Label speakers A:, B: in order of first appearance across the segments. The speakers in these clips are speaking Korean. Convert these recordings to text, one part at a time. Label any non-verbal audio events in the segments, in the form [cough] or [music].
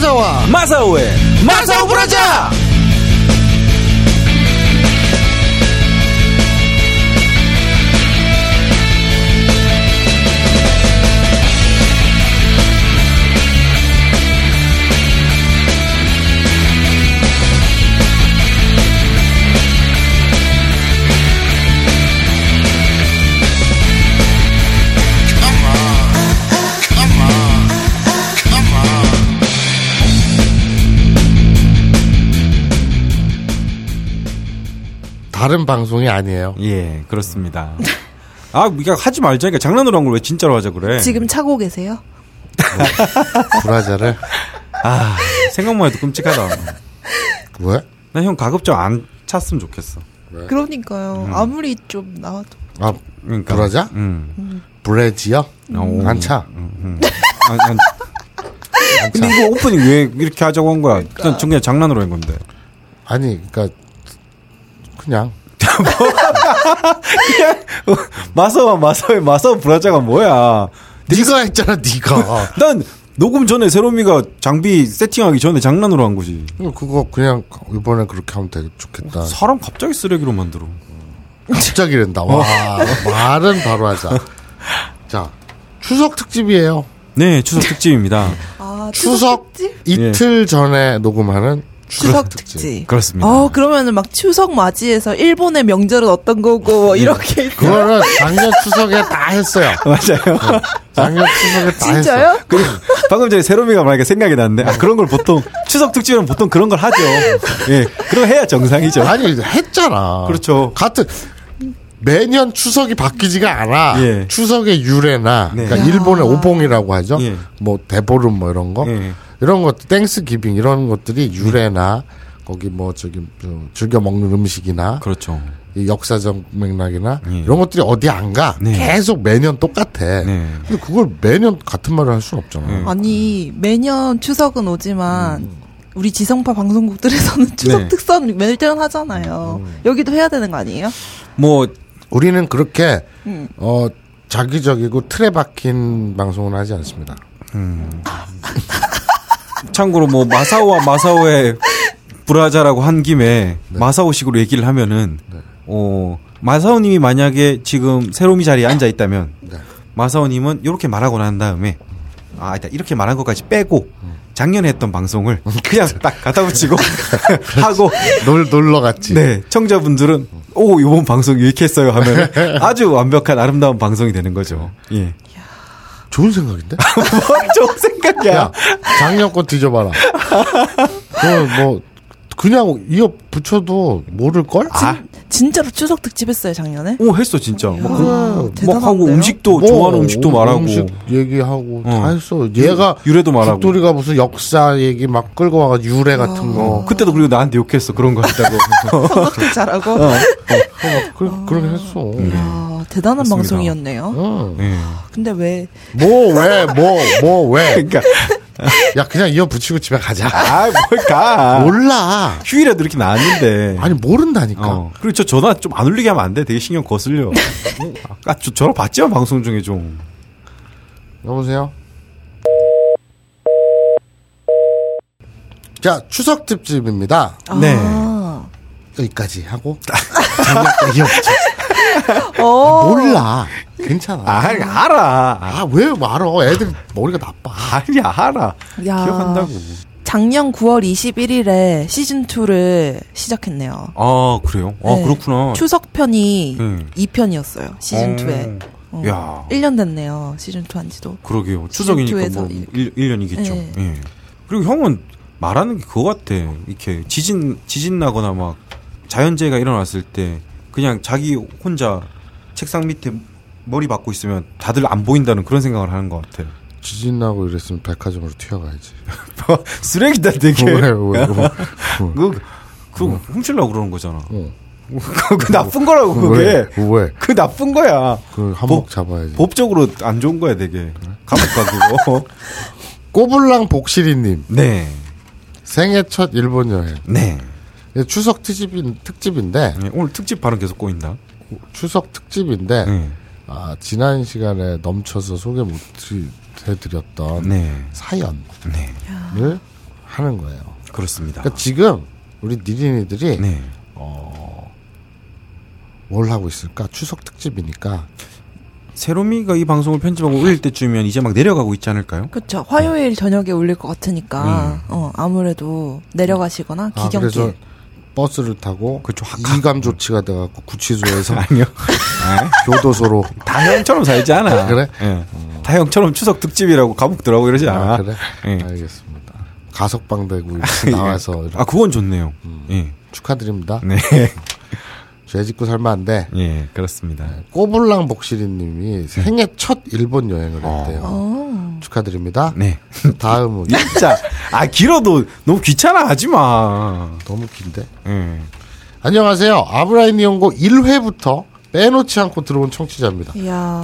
A: 시사와
B: 마사오의
A: 마사오 브라자 다른 방송이 아니에요.
B: 예, 그렇습니다. 아, 우리가 하지 말자. 그러니까 장난으로 한 걸 왜 진짜로 하자 그래?
C: 지금 차고 계세요?
A: 브라자를
B: 아, 생각만 해도 끔찍하다.
A: 왜?
B: 나 형 가급적 안 찼으면 좋겠어. 아,
C: 그러니까요.
B: 음.
C: 아무리 좀 나와도
A: 아
B: 그러니까.
A: 브라자?
B: 음.
A: 브레지요?
B: 오.
A: 안차.
B: 아, 난- 근데 이거 오프닝 왜 이렇게 하자고 한 거야?
C: 그러니까.
B: 그냥, 그냥 장난으로 한 건데.
A: 아니 그러니까 그냥
B: 마서와 마서의 마서 브라자가 뭐야?
A: 네가 했잖아 네가. [laughs]
B: 난 녹음 전에 세롬이가 장비 세팅하기 전에 장난으로 한 거지.
A: 그럼 그거 그냥 이번에 그렇게 하면 되게 좋겠다.
B: 사람 갑자기 쓰레기로 만들어.
A: 갑자기 된다. 와 말은 바로 하자. 자 추석 특집이에요.
B: 네, 추석 특집입니다.
C: 아
A: 추석
C: 특집?
A: 이틀 전에 녹음하는
C: 추석 특집.
B: 그렇습니다.
C: 어 그러면은 막 추석 맞이해서 일본의 명절은 어떤 거고 뭐
B: 예.
C: 이렇게
A: 그거는 작년 추석에 다 했어요.
B: [laughs] 맞아요.
A: 작년 추석에 다 했어요.
C: [laughs] 진짜요?
B: 그리고 [laughs] 방금 전에 세롬이가 말하니까 생각이 났는데 아, 그런 걸 보통 추석 특집은 보통 그런 걸 하죠. 예, 그럼 해야 정상이죠.
A: 아니 했잖아.
B: 그렇죠.
A: 같은 매년 추석이 바뀌지가 않아.
B: 예.
A: 추석의 유래나
B: 네.
A: 그러니까 일본의 오봉이라고 하죠.
B: 예.
A: 뭐 대보름 뭐 이런 거
B: 예.
A: 이런 것 땡스기빙 이런 것들이 유래나 거기 뭐 저기 저 즐겨 먹는 음식이나
B: 그렇죠.
A: 이 역사적 맥락이나
B: 예.
A: 이런 것들이 어디 안 가.
B: 네.
A: 계속 매년 똑같아.
B: 네.
A: 근데 그걸 매년 같은 말을 할 수는 없잖아.
B: 예.
C: 아니 매년 추석은 오지만 우리 지성파 방송국들에서는 [laughs] 추석
B: 음. 네. 음.
C: 특선 매년 하잖아요. 여기도 해야 되는 거 아니에요?
B: 뭐
A: 우리는 그렇게
C: 음.
A: 어 자기적이고 틀에 박힌 방송은 하지 않습니다.
B: 참고로 뭐 마사오와 마사오의 브라자라고 한 김에 마사오식으로 얘기를 하면은 어 마사오님이 만약에 지금 새로미 자리에 앉아 있다면
A: 네.
B: 마사오님은 이렇게 말하고 난 다음에 아 일단 이렇게 말한 것까지 빼고 작년에 했던 방송을 음. 그냥 딱 갖다 [laughs] 붙이고 하고
A: 놀 놀러 갔지.
B: 네 청자분들은 오 이번 방송 이렇게 했어요 하면
A: [laughs]
B: 아주 완벽한 아름다운 방송이 되는 거죠 예
A: 좋은 생각인데?
B: 좋은 생각이야
A: 야, 작년 거 뒤져봐라. 그뭐 그냥 이어 붙여도 모를 걸?
B: 아
C: 진짜로 추석 특집 했어요 작년에? 아,
B: 오 했어 진짜 막 그- 음. 뭐
C: 대단한데요?
B: 하고 음식도 좋아하는 음식도 말하고
A: 음식 얘기하고
B: 어.
A: 다 했어. 얘가
B: 유래도 말하고.
A: 죽돌이가 무슨 역사 얘기 막 끌고 와가지고 유래 같은 거
B: 어, 그때도 그리고 나한테 욕했어 그런 거 했다고
A: [laughs]
B: [laughs]
C: 생각도 잘하고
B: 네.
A: 그, 그렇게 했어.
B: 음.
C: 아, 대단한
B: 맞습니다.
C: 방송이었네요.
A: 응. 뭐
B: 예.
C: 근데 왜
A: 뭐왜뭐뭐 왜?
B: 그러니까
A: 야 그냥 이어 붙이고 집에 가자.
B: 아 뭘까
A: 몰라.
B: 휴일에도 이렇게 나왔는데
A: 아니 모른다니까.
B: 어. 그리고 저 전화 좀 안 울리게 하면 안 돼 되게 신경 거슬려 어, 아까 저 전화 받지만 방송 중에 좀
A: 여보세요. 자 추석 특집입니다.
B: 네.
C: 아.
A: 여기까지 하고 장난 이없지
C: 어.
A: 몰라. 괜찮아.
B: 아니 알아
A: 아 왜 말어? 애들 머리가 나빠.
B: 아니 알아
C: 야.
B: 기억한다고
C: 작년 9월 21일에 시즌 2를 시작했네요.
B: 아 그래요 아
C: 네.
B: 그렇구나
C: 추석 편이
B: 음.
C: 2편이었어요. 시즌 2에.
B: 어.
C: 어.
B: 야
C: 1년 됐네요. 시즌 2 한지도.
B: 그러게요. 추석이니까 뭐
C: 질투해서 이렇게.
B: 1, 년이겠죠
C: 네.
B: 예. 그리고 형은 말하는 게 그거 같아. 이렇게 지진 지진 나거나 막 자연재해가 일어났을 때 그냥 자기 혼자 책상 밑에 머리 박고 있으면 다들 안 보인다는 그런 생각을 하는 것 같아. [laughs]
A: 지진 나고 이랬으면 백화점으로 튀어가야지.
B: 쓰레기다 되게.
A: [laughs]
B: 뭐,
A: 왜, 왜, 왜.
B: 그거 그거 훔치려고 그러는 거잖아.
A: 뭐. 어. 뭐,
B: 그거 그 나쁜 거라고
A: 왜?
B: 그게.
A: 왜?
B: 그 나쁜 거야.
A: 그 한복
B: 법-
A: 잡아야지.
B: 법적으로 안 좋은 거야 되게. 감옥 가
A: [laughs]
B: 그거.
A: 꼬불랑 복실이님
B: 네.
A: 생애 첫 일본 여행.
B: 네.
A: 예, 추석 특집인 특집인데
B: 네, 오늘 특집 발언 계속 꼬인다.
A: 추석 특집인데
B: 네.
A: 아, 지난 시간에 넘쳐서 소개 못 해드렸던
B: 네.
A: 사연을
C: 아.
B: 네.
A: 하는 거예요.
B: 그렇습니다.
A: 그러니까 지금 우리 니린이들이
B: 네.
A: 뭘 하고 있을까? 추석 특집이니까
B: 세로미가 이 방송을 편집하고 올릴 때쯤이면 이제 막 내려가고 있지 않을까요?
C: 그렇죠. 화요일 저녁에 올릴 것 같으니까
B: 네.
C: 어, 아무래도 내려가시거나
A: 아,
C: 기경길.
A: 그래서 버스를 타고
B: 그렇죠. 하-
A: 이감 조치가 돼갖고 구치소에서
B: [laughs] 아니요.
A: 교도소로
B: [laughs] 다 형처럼 살지 않아.
A: 그래? 음.
B: 예. 다 형처럼 추석 특집이라고 감옥 들어가고 이러지 않아.
A: 아, 그래
B: 예.
A: 알겠습니다. 가석방 되고 이렇게 나와서 이렇게
B: 아, 그건 좋네요.
A: 음.
B: 예.
A: 축하드립니다.
B: 네. [laughs]
A: 죄 짓고 살면 안 돼.
B: 예, 그렇습니다.
A: 네. 꼬불랑
B: 네.
A: 복실이님이 생애 첫 일본 여행을 했대요. 축하드립니다.
B: 아. 네.
A: 다음은
B: 진짜 아 길어도 너무 귀찮아 하지 마.
A: 너무 긴데.
B: 예.
A: 안녕하세요. 아브라인 이용고 1회부터 빼놓지 않고 들어온 청취자입니다.
C: 이야.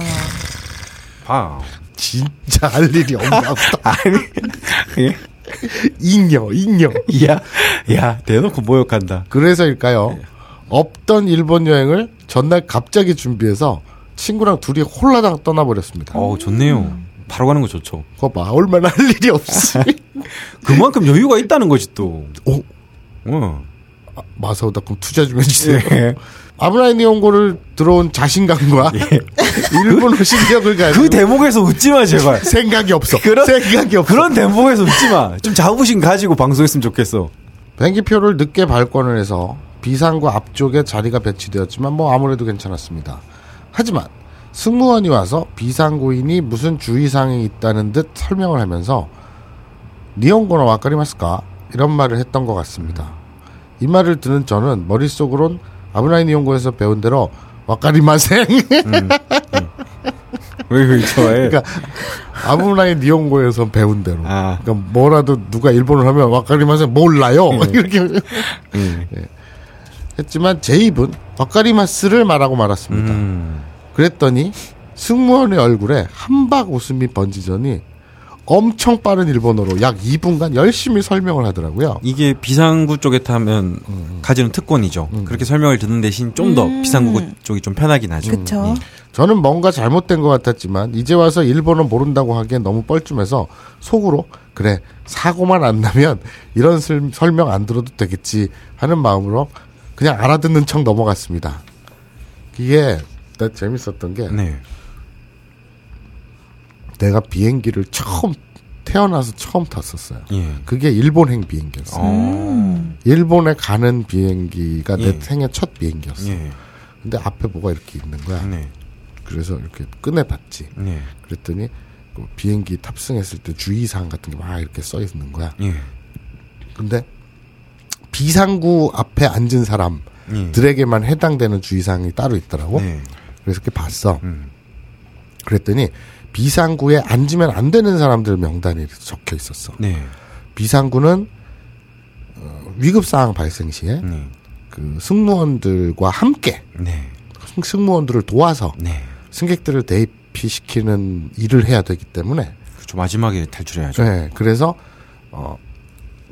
B: 봐.
A: 진짜 할 일이 없나 보다.
B: [laughs] 아니. 예.
A: 잉여, 잉여.
B: [laughs] 야, 야, 대놓고 모욕한다.
A: 그래서일까요? 없던 일본 여행을 전날 갑자기 준비해서 친구랑 둘이 홀라당 떠나버렸습니다.
B: 어, 좋네요. 바로 가는 거 좋죠.
A: 그거 봐. 얼마나 할 일이 없지.
B: [laughs] 예. 그만큼 여유가 있다는 거지 또.
A: 오,
B: 네. 어.
A: 마사오닷컴 투자 좀 해주세요.
B: 예.
A: 아브라인 이용고를 들어온 자신감과 [laughs] 일본어 실력을 가지고
B: 예. 그 대목에서 웃지 마 제발.
A: 생각이 없어.
B: 그런-
A: 생각이 없어.
B: 그런 대목에서 웃지 마. 좀 자부심 가지고 방송했으면 좋겠어.
A: 비행기표를 늦게 발권을 해서 비상구 앞쪽에 자리가 배치되었지만 뭐 아무래도 괜찮았습니다. 하지만 승무원이 와서 비상구인이 무슨 주의사항이 있다는 듯 설명을 하면서 니온고나 와까리마스까 이런 말을 했던 것 같습니다. 이 말을 듣는 저는 머릿속으론 아브라인 니온고에서 배운 대로 와까리마생
B: 왜 예. 그걸 좋아해?
A: 그러니까 아브라인 니온고에서 배운 대로
B: 아.
A: 그러니까 뭐라도 누가 일본을 하면 와까리마생 몰라요 [laughs] 이렇게 예.
B: 음.
A: 했지만 제 입은 와카리마스를 말하고 말았습니다.
B: 음.
A: 그랬더니 승무원의 얼굴에 한박 웃음이 번지더니 엄청 빠른 일본어로 약 2분간 열심히 설명을 하더라고요.
B: 이게 비상구 쪽에 타면 가지는 특권이죠. 그렇게 설명을 듣는 대신 좀 더
C: 음.
B: 비상구 쪽이 좀 편하긴 하죠.
C: 그쵸.
A: 저는 뭔가 잘못된 것 같았지만 이제 와서 일본어 모른다고 하기엔 너무 뻘쭘해서 속으로 그래 사고만 안 나면 이런 슬- 설명 안 들어도 되겠지 하는 마음으로 그냥 알아듣는 척 넘어갔습니다. 이게 나 재밌었던 게
B: 예. 네.
A: 내가 비행기를 처음 태어나서 처음 탔었어요.
B: 예.
A: 그게 일본행 비행기였어요. 음.
B: 어.
A: 일본에 가는 비행기가 내
B: 예.
A: 생애 첫 비행기였어요.
B: 예.
A: 근데 앞에 뭐가 이렇게 있는 거야.
B: 네.
A: 그래서 이렇게 꺼내봤지.
B: 네.
A: 그랬더니 그 비행기 탑승했을 때 주의사항 같은 게 막 이렇게 써 있는 거야.
B: 예.
A: 근데 비상구 앞에 앉은
B: 예.
A: 사람들에게만 해당되는 주의사항이 따로 있더라고.
B: 네.
A: 그래서 이렇게 봤어.
B: 음.
A: 그랬더니 비상구에 앉으면 안 되는 사람들 명단이 이렇게 적혀 있었어.
B: 네.
A: 비상구는 어, 위급 상황 발생 시에
B: 네.
A: 그 승무원들과 함께
B: 네.
A: 승- 승무원들을 도와서
B: 네.
A: 승객들을 대피시키는 일을 해야 되기 때문에
B: 그렇죠. 마지막에 탈출해야죠.
A: 네, 그래서 어,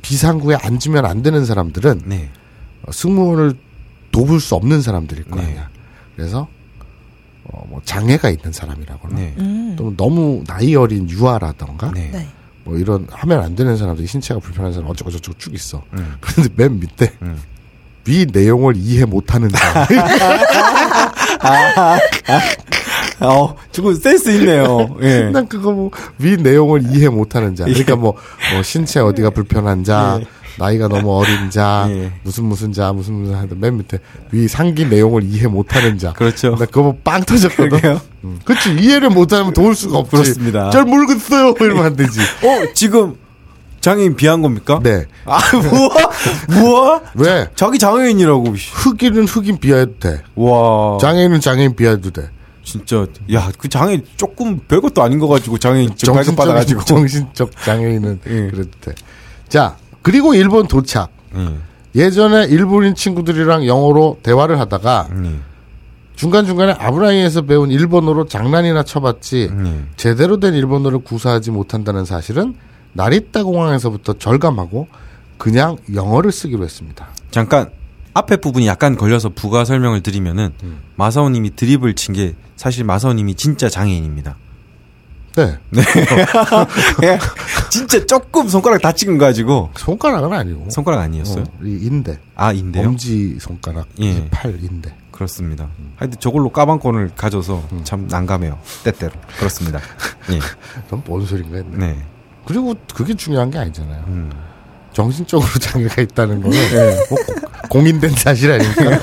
A: 비상구에 앉으면 안 되는 사람들은
B: 네.
A: 어, 승무원을 돕을 수 없는 사람들일 거
B: 네.
A: 아니야. 그래서 어, 뭐 장애가 있는 사람이라거나
B: 네.
C: 음.
A: 또는 너무 나이 어린 유아라던가
B: 네.
C: 네.
A: 뭐 이런 하면 안 되는 사람들 신체가 불편한 사람 어쩌고 저쩌고 쭉 있어.
B: 음.
A: 그런데 맨 밑에
B: 음.
A: 위 내용을 이해 못하는 사람.
B: [laughs] 어, 조금 센스
A: [laughs]
B: 있네요. 예.
A: 난 그거 뭐 위 내용을 이해 못하는 자. 그러니까 뭐, 뭐 신체 어디가 불편한 자, 나이가 너무 어린 자,
B: 예.
A: 무슨 무슨 자, 무슨 무슨 하는데 맨 밑에 위 상기 내용을 이해 못하는 자.
B: 그렇죠.
A: 나 그거 보고 빵 터졌거든.
B: 그러게요.
A: 음. 그치 이해를 못하면 도울 수가 없지.
B: 그렇습니다.
A: 잘 모르겠어요. [laughs] 이러면 안 되지.
B: 어, 지금 장애인 비한 겁니까?
A: 네.
B: 아, 뭐야? 뭐야?
A: 왜
B: 자기 장애인이라고. 씨.
A: 흑인은 흑인 비하해도 돼.
B: 와.
A: 장애인은 장애인 비하해도 돼.
B: 진짜 야, 그 장애인 조금 별것도 아닌 거 가지고 장애인 지금 발급 받아 가지고.
A: [laughs] 정신적 장애인은
B: 예.
A: 그래도 돼. 자 그리고 일본 도착. 예전에 일본인 친구들이랑 영어로 대화를 하다가
B: 예.
A: 중간중간에 아브라이에서 배운 일본어로 장난이나 쳐봤지
B: 음.
A: 제대로 된 일본어를 구사하지 못한다는 사실은 나리타 공항에서부터 절감하고 그냥 영어를 쓰기로 했습니다.
B: 잠깐 앞에 부분이 약간 걸려서 부가 설명을 드리면은
A: 음.
B: 마사오 님이 드립을 친 게
A: [laughs]
B: 네. 사실 마사오 님이 진짜 장애인입니다.
A: 네.
B: 예. 진짜 조금 손가락 다 찍은 가지고
A: 손가락은 아니고.
B: 손가락 아니었어요?
A: 어, 이 인대.
B: 아 인데요?
A: 엄지 손가락,
B: 예.
A: 이팔 인대.
B: 그렇습니다. 음. 하여튼 저걸로 까방권을 가져서 참 난감해요. 때때로 [laughs] 그렇습니다. 예.
A: 그럼 뭔 소린가 했네.
B: 네.
A: 그리고 그게 중요한 게 아니잖아요.
B: 음. 네.
A: 정신적으로 [laughs] 장애가 있다는 거는 뭐 고- 공인된 사실
B: [laughs]
A: 아닙니까?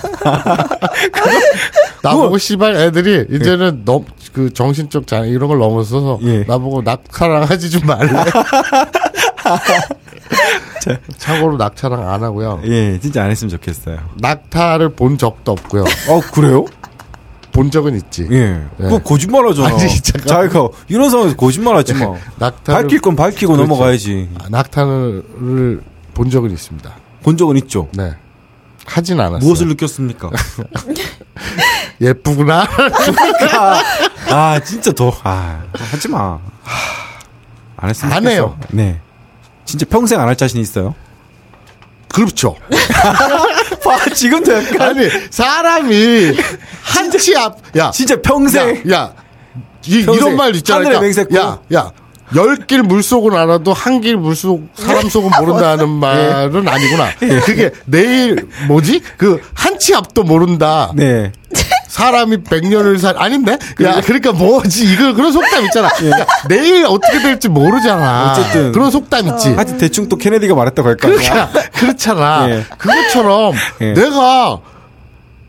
A: 나보고 씨발 애들이 이제는 넘, 그 정신적 장애 이런 걸 넘어서서
B: 네. 예.
A: 나보고 낙차랑 하지 좀
B: [laughs]
A: 말래. 참고로 낙차랑 안 하고요.
B: 예, 진짜 안 했으면 좋겠어요.
A: 낙타를 본 적도 없고요.
B: 어 그래요?
A: 본 적은 있지.
B: 예. 그거 거짓말하잖아.
A: 아니, 잠깐만.
B: 자기가 이런 상황에서 거짓말하지 [laughs] 마.
A: 낙타를
B: 밝힐 건 밝히고
A: 그렇죠.
B: 넘어가야지.
A: 낙타를 본 적은 있습니다.
B: 본 적은 있죠.
A: 네. 하진 않았어요.
B: 무엇을 [laughs] 느꼈습니까?
A: 예쁘구나.
B: 아 진짜 더 아, 하지 마. 하, 안 했으면
A: 안
B: 좋겠어.
A: 해요.
B: 네. 진짜 평생 안 할 자신 [laughs] 있어요?
A: 그렇죠.
B: 봐 아, 지금도 약간
A: 아니 사람이 한치 앞, 야,
B: 아, 진짜 평생
A: 야, 야 이,
B: 평생
A: 이런 말 있잖아.
B: 하늘의
A: 그러니까,
B: 맹세코.
A: 야, 야. 열 길 물속은 알아도 한 길 물속 사람 속은
B: 네.
A: 모른다는 말은 아니구나. 그게 내일 뭐지? 그 한치 앞도 모른다.
B: 네.
A: 사람이 백년을 살 아닌데? 야, 그러니까 뭐지? 이거 그런 속담 있잖아. 야, 내일 어떻게 될지 모르잖아.
B: 네. 어쨌든. 아,
A: 그런 속담 있지.
B: 하여튼 대충 또 케네디가 말했다고
A: [laughs]
B: 할까?
A: 그러니까 그렇잖아.
B: 예.
A: 그것처럼
B: 예.
A: 내가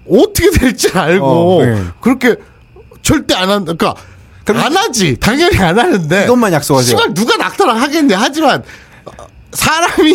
A: 어떻게 될지 알고
B: 어, 예.
A: 그렇게 절대 안 한다. 그러니까
B: 그럼
A: 안 하지. 당연히 안 하는데.
B: 이것만 약속하세요.
A: 씨발 누가 낙타랑 하겠냐. 하지만 어,
B: [laughs]
A: 사람이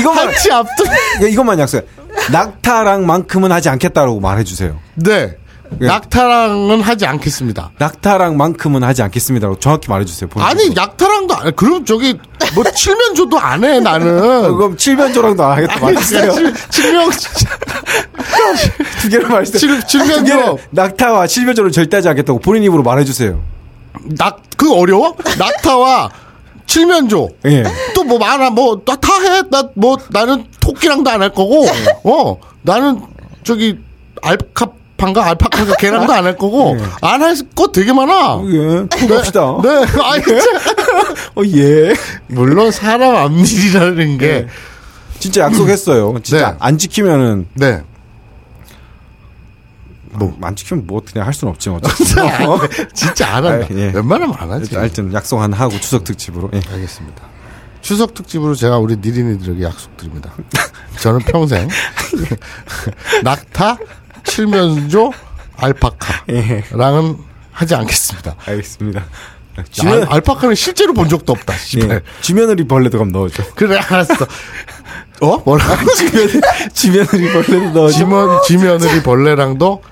B: 이것만
A: 한치 앞도
B: 야, 이것만 약속해. 낙타랑만큼은 하지 않겠다라고 말해주세요.
A: 네.
B: 예.
A: 낙타랑은 하지 않겠습니다.
B: 낙타랑만큼은 하지 않겠습니다라고 정확히 말해주세요. 본인.
A: 아니 낙타랑도 안 해. 그럼 저기 뭐 칠면 줘도 안 해 나는.
B: 그럼 칠면조랑도 안 하겠다
A: 아니,
B: 말했어요.
A: 칠- 칠면 [laughs]
B: 두 개를 말했어요. 아,
A: 칠- 칠면조.
B: 두 개를 낙타와 칠면조를 절대 하지 않겠다고 본인 입으로 말해주세요.
A: 낙그 어려워? 낙타와 칠면조.
B: 예.
A: 또 뭐 많아 뭐다 해. 나 뭐 나는 토끼랑도 안 할 거고.
B: 네.
A: 어. 나는 저기 알카판가 알파카가 걔랑도 안 할
B: 네.
A: 거고. 안 할 거 되게 많아.
B: 예. 푹 갑시다.
A: 네. 아 진짜.
B: [laughs] 어, 예.
A: 물론 사람 앞일이라는 게
B: 진짜 약속했어요. 진짜
A: 네.
B: 안 지키면은
A: 네.
B: 뭐 안 지키면 뭐 그냥 할 수는 없지만 어쨌든.
A: 네. [laughs] 진짜 안 한다.
B: 아, 예.
A: 웬만하면 안 하지.
B: 하여튼 약속 안 하고 추석 특집으로. 예.
A: 알겠습니다. 추석 특집으로 제가 우리 니린이들에게 약속드립니다. 저는
B: [laughs]
A: 평생 낙타, 칠면조,
B: 예.
A: 알파카랑은 하지 않겠습니다.
B: 알겠습니다.
A: 네. 알, 알파카는 실제로 본 적도 없다. 씨발.
B: 예. 지면을이 벌레도
A: [laughs]
B: 그럼 넣어줘.
A: 그래 알았어. 어? 뭐라?
B: 지면을, 지면을이 벌레도 넣어줘.
A: 지면 지면을이 벌레랑도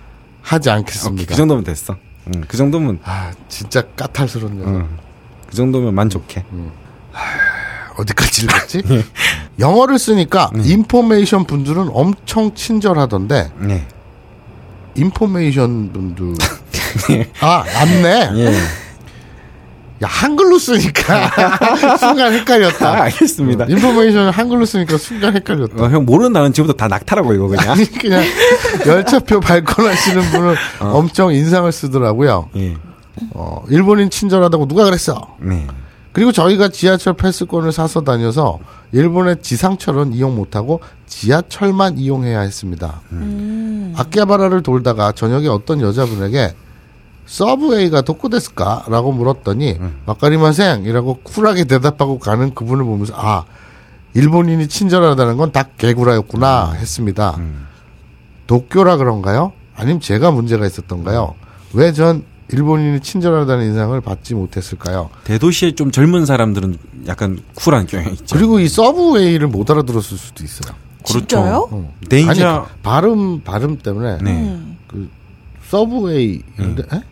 A: 하지 않겠습니다.
B: 그 정도면 됐어. 음, 그 정도면
A: 아 진짜 까탈스럽네요.
B: 그 정도면 만족해.
A: 어디까지
B: [laughs]
A: 읽었지?
B: 예.
A: 영어를 쓰니까
B: 음.
A: 인포메이션 분들은 엄청 친절하던데
B: 네.
A: 인포메이션
B: [laughs]
A: 분들 아 맞네
B: 예.
A: 야 한글로
B: [laughs]
A: 쓰니까 순간
B: 아,
A: 헷갈렸다 음,
B: 알겠습니다.
A: 인포메이션 한글로 쓰니까 순간 헷갈렸다
B: 어, 형 모르는 나는 지금부터 다 낙타라고 읽어 그냥.
A: 아니 그냥 열차표 발권하시는 분은
B: 어.
A: 엄청 인상을 쓰더라고요
B: 예.
A: 어, 일본인 친절하다고 누가 그랬어
B: 네.
A: 그리고 저희가 지하철 패스권을 사서 다녀서 일본의 지상철은 이용 못하고 지하철만 이용해야 했습니다. 아키하바라를 돌다가 저녁에 어떤 여자분에게 서브웨이가 도쿠데스까? 라고 물었더니 와카리마생이라고 쿨하게 대답하고 가는 그분을 보면서 아 일본인이 친절하다는 건 다 개구라였구나 했습니다. 도쿄라 그런가요? 아님 제가 문제가 있었던가요? 왜 전 일본인이 친절하다는 인상을 받지 못했을까요?
B: 대도시의 좀 젊은 사람들은 약간 쿨한 경향이 있죠. 그렇죠.
A: 그리고 이 서브웨이를 못 알아들었을 수도 있어요.
C: 진짜요?
B: 네인자
A: 아니 그 발음 발음 때문에
B: 네.
A: 그 서브웨이인데 에?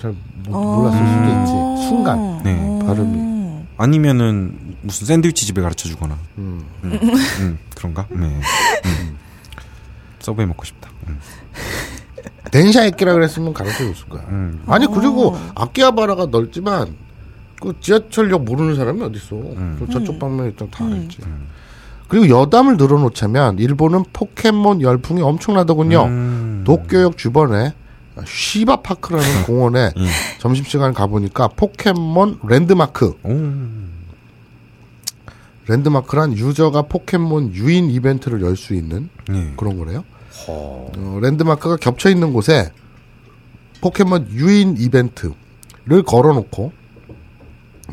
A: 잘 모- 몰랐을 수도 있지. 순간
B: 음. 네.
A: 발음이.
B: 아니면은 무슨 샌드위치 집에 가르쳐 주거나. 음. 음, 그런가? 네. 음. 서브웨이 먹고 싶다. 음.
A: 덴샤에끼라 그랬으면 가르쳐 줬을 거야.
B: 음.
A: 아니 그리고 아키하바라가 넓지만 그 지하철역 모르는 사람이 어디 있어?
B: 음.
A: 그 저쪽 방면 일단 다 알지. 그리고 여담을 늘어놓자면 일본은 포켓몬 열풍이 엄청나더군요. 도쿄역 주변에 쉬바파크라는 공원에 점심시간 가보니까 포켓몬 랜드마크
B: 오.
A: 랜드마크란 유저가 포켓몬 유인 이벤트를 열 수 있는
B: 네.
A: 그런 거래요. 어, 랜드마크가 겹쳐 있는 곳에 포켓몬 유인 이벤트를 걸어놓고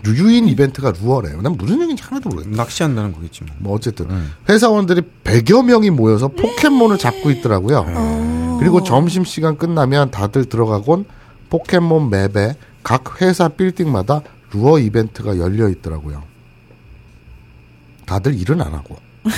A: 유- 유인 이벤트가 루어래요. 난 무슨 얘기인지 하나도 모르겠어.
B: 낚시한다는 거겠지 뭐.
A: 뭐 어쨌든 회사원들이 100여 명이 모여서 포켓몬을 잡고 있더라고요. 그리고 점심 시간 끝나면 다들 들어가곤 포켓몬 맵에 각 회사 빌딩마다 루어 이벤트가 열려 있더라고요. 다들 일은 안 하고 음.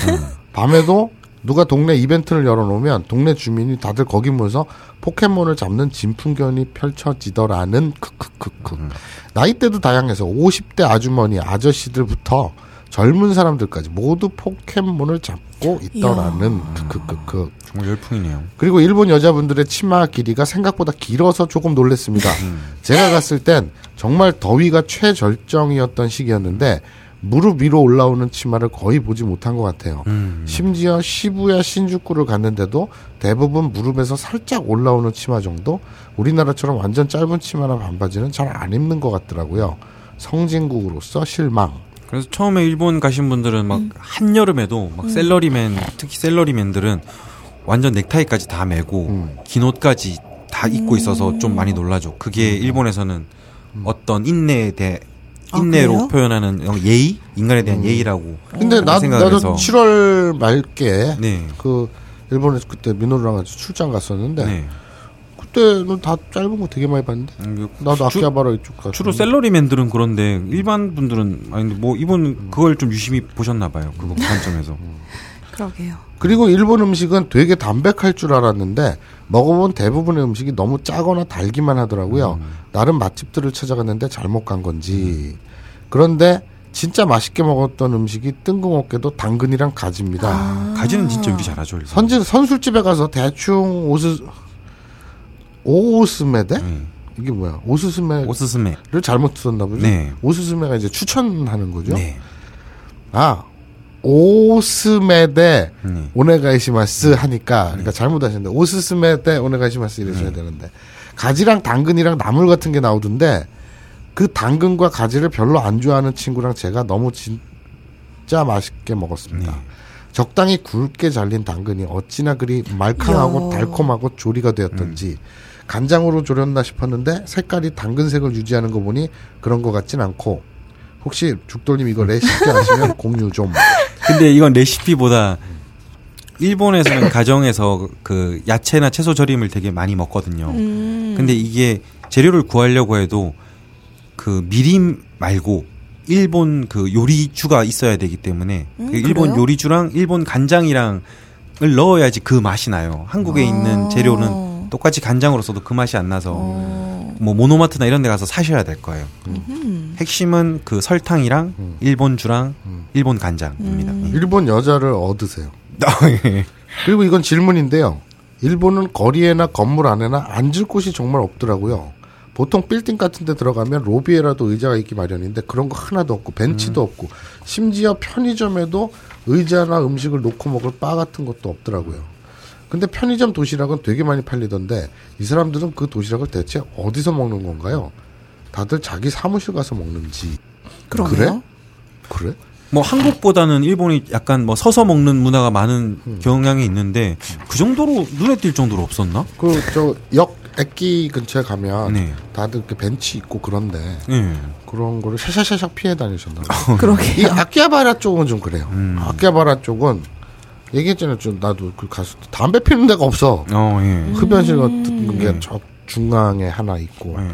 A: 밤에도 누가 동네 이벤트를 열어놓으면 동네 주민이 다들 거기 모여서 포켓몬을 잡는 진풍견이 펼쳐지더라는 크크크크 나이대도 다양해서 50대 아주머니 아저씨들부터 젊은 사람들까지 모두 포켓몬을 잡고 있더라는 크크크크
B: 정말 열풍이네요.
A: 그리고 일본 여자분들의 치마 길이가 생각보다 길어서 조금 놀랬습니다.
B: 음.
A: 제가 갔을 땐 정말 더위가 최절정이었던 시기였는데 무릎 위로 올라오는 치마를 거의 보지 못한 것 같아요.
B: 음.
A: 심지어 시부야 신주쿠를 갔는데도 대부분 무릎에서 살짝 올라오는 치마 정도 우리나라처럼 완전 짧은 치마나 반바지는 잘 안 입는 것 같더라고요. 성진국으로서 실망.
B: 그래서 처음에 일본 가신 분들은
C: 음.
B: 막 한여름에도 막 셀러리맨 특히 셀러리맨들은 완전 넥타이까지 다 메고
A: 음.
B: 긴 옷까지 다
C: 음.
B: 입고 있어서 좀 많이 놀라죠.
A: 음.
B: 그게 일본에서는 어떤 인내에 대해
C: 아,
B: 인내로
C: 그래요?
B: 표현하는 어, 예의, 인간에 대한 예의라고.
A: 음. 근데 나,
B: 음, 생각을
A: 나도
B: 해서.
A: 7월 말께
B: 네.
A: 그 일본에서 그때 민호랑 같이 출장 갔었는데
B: 네.
A: 그때는 다 짧은 거 되게 많이 봤는데
B: 음,
A: 나도
B: 주-
A: 아키하바라 이쪽 가
B: 주로 셀러리맨들은 그런데 일반 분들은 아니 근데 뭐
A: 음.
B: 이분 그걸 좀 유심히 보셨나 봐요. 그거 관점에서.
C: 그러게요.
A: 그리고 일본 음식은 되게 담백할 줄 알았는데 먹어본 대부분의 음식이 너무 짜거나 달기만 하더라고요.
B: 음.
A: 나름 맛집들을 찾아갔는데 잘못 간 건지. 그런데 진짜 맛있게 먹었던 음식이 뜬금없게도 당근이랑 가지입니다.
B: 가지는 진짜 요리 잘하죠. 일본.
A: 선지 선술집에 가서 대충 오스 오스메데
B: 음.
A: 이게 뭐야 오스스메를
B: 오스스메.
A: 잘못 썼나 보죠.
B: 네.
A: 오스스메가 이제 추천하는 거죠.
B: 네.
A: 아 오스메데
B: 네.
A: 오네가이시마스 하니까 그러니까 잘못하셨는데 오스스메데 오네가이시마스 이러셔야 되는데 가지랑 당근이랑 나물 같은 게 나오던데 그 당근과 가지를 별로 안 좋아하는 친구랑 제가 너무 진짜 맛있게 먹었습니다. 적당히 굵게 잘린 당근이 어찌나 그리 말캉하고
C: 이야.
A: 달콤하고 조리가 되었던지 간장으로 졸였나 싶었는데 색깔이 당근색을 유지하는 거 보니 그런 것 같진 않고 혹시 죽돌님 이거 레시피 아시면 공유 좀.
B: 근데 이건 레시피보다 일본에서는 가정에서 그 야채나 채소 절임을 되게 많이 먹거든요.
C: 음.
B: 근데 이게 재료를 구하려고 해도 그 미림 말고 일본 그 요리주가 있어야 되기 때문에
C: 음,
B: 그 일본
C: 그래요?
B: 요리주랑 일본 간장이랑을 넣어야지 그 맛이 나요. 한국에
C: 아.
B: 있는 재료는 똑같이 간장으로 써도 그 맛이 안 나서
C: 어.
B: 뭐 모노마트나 이런 데 가서 사셔야 될 거예요.
C: 음.
B: 핵심은 그 설탕이랑 일본주랑 일본 간장입니다.
C: 음.
A: 일본 여자를 얻으세요.
B: [laughs] 예.
A: 그리고 이건 질문인데요. 일본은 거리에나 건물 안에나 앉을 곳이 정말 없더라고요. 보통 빌딩 같은 데 들어가면 로비에라도 의자가 있기 마련인데 그런 거 하나도 없고 벤치도 없고 심지어 편의점에도 의자나 음식을 놓고 먹을 바 같은 것도 없더라고요. 근데 편의점 도시락은 되게 많이 팔리던데 이 사람들은 그 도시락을 대체 어디서 먹는 건가요? 다들 자기 사무실 가서 먹는지.
C: 그러네요.
A: 그래? 그래?
B: 뭐 한국보다는 일본이 약간 뭐 서서 먹는 문화가 많은 경향이 있는데 그 정도로 눈에 띌 정도로 없었나?
A: 그 저 역 액기 근처에 가면
B: 네.
A: 다들 이렇게 벤치 있고 그런데
B: 예.
A: 그런 거를 샤샤샤샥 피해 다니셨나
B: 어.
A: 봐요.
C: 그러게.
B: [laughs]
A: 이 아키아바라 쪽은 좀 그래요.
B: 음.
A: 아키아바라 쪽은 얘기했잖아요. 좀 나도 그 가수 담배 피는 데가 없어.
B: 어, 예.
A: 흡연실 같은 게 저 중앙에 하나 있고
B: 예.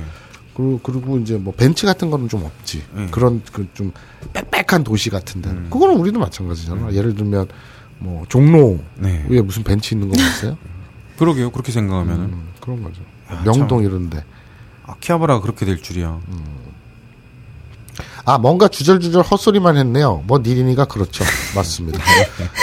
A: 그리고 그리고 이제 뭐 벤치 같은 거는 좀 없지.
B: 네.
A: 그런 그 좀 빽빽한 도시 같은 데. 는
B: 음.
A: 그거는 우리도 마찬가지잖아. 예를 들면 뭐 종로
B: 네. 음.
A: 위에 무슨 벤치 있는 거 봤어요?
B: 그러게요. 그렇게 생각하면은
A: 음, 그런 거죠.
B: 아,
A: 명동 이런데.
B: 음. 아키하바라가 그렇게 될 줄이야.
A: 아, 뭔가 주절주절 헛소리만 했네요. 뭐, 니린이가 그렇죠.
B: [laughs]
A: 맞습니다.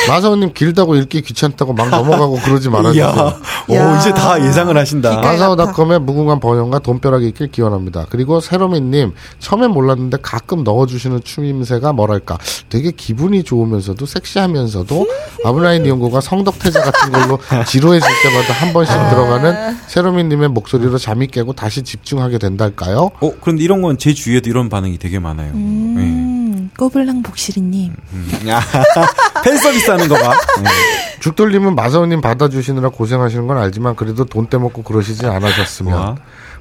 A: 마사오님 길다고 읽기 귀찮다고 막 넘어가고 그러지 말아주세요.
C: 야.
B: 오, 이제 다 예상을 하신다.
C: 기가-
A: 마사오닷컴의 무궁한 번영과 돈벼락이 있길 기원합니다. 그리고 세로미님, 처음엔 몰랐는데 가끔 넣어주시는 춤임새가 뭐랄까. 되게 기분이 좋으면서도 섹시하면서도 아브라인 이용고가 성덕태자 같은
B: [laughs]
A: 걸로 지루해질 때마다 한 번씩
B: 아.
A: 들어가는 세로미님의 목소리로 잠이 깨고 다시 집중하게 된달까요?
B: 어, 그런데 이런 건 제 주위에도 이런 반응이 되게 많아요. 예.
C: 음, 꼬불랑 복시리님.
B: 음. 아, 팬 서비스 하는 거 봐. 예.
A: 죽돌님은 마사오님 받아주시느라 고생하시는 건 알지만 그래도 돈 떼먹고 그러시지 않으셨으면
B: 와.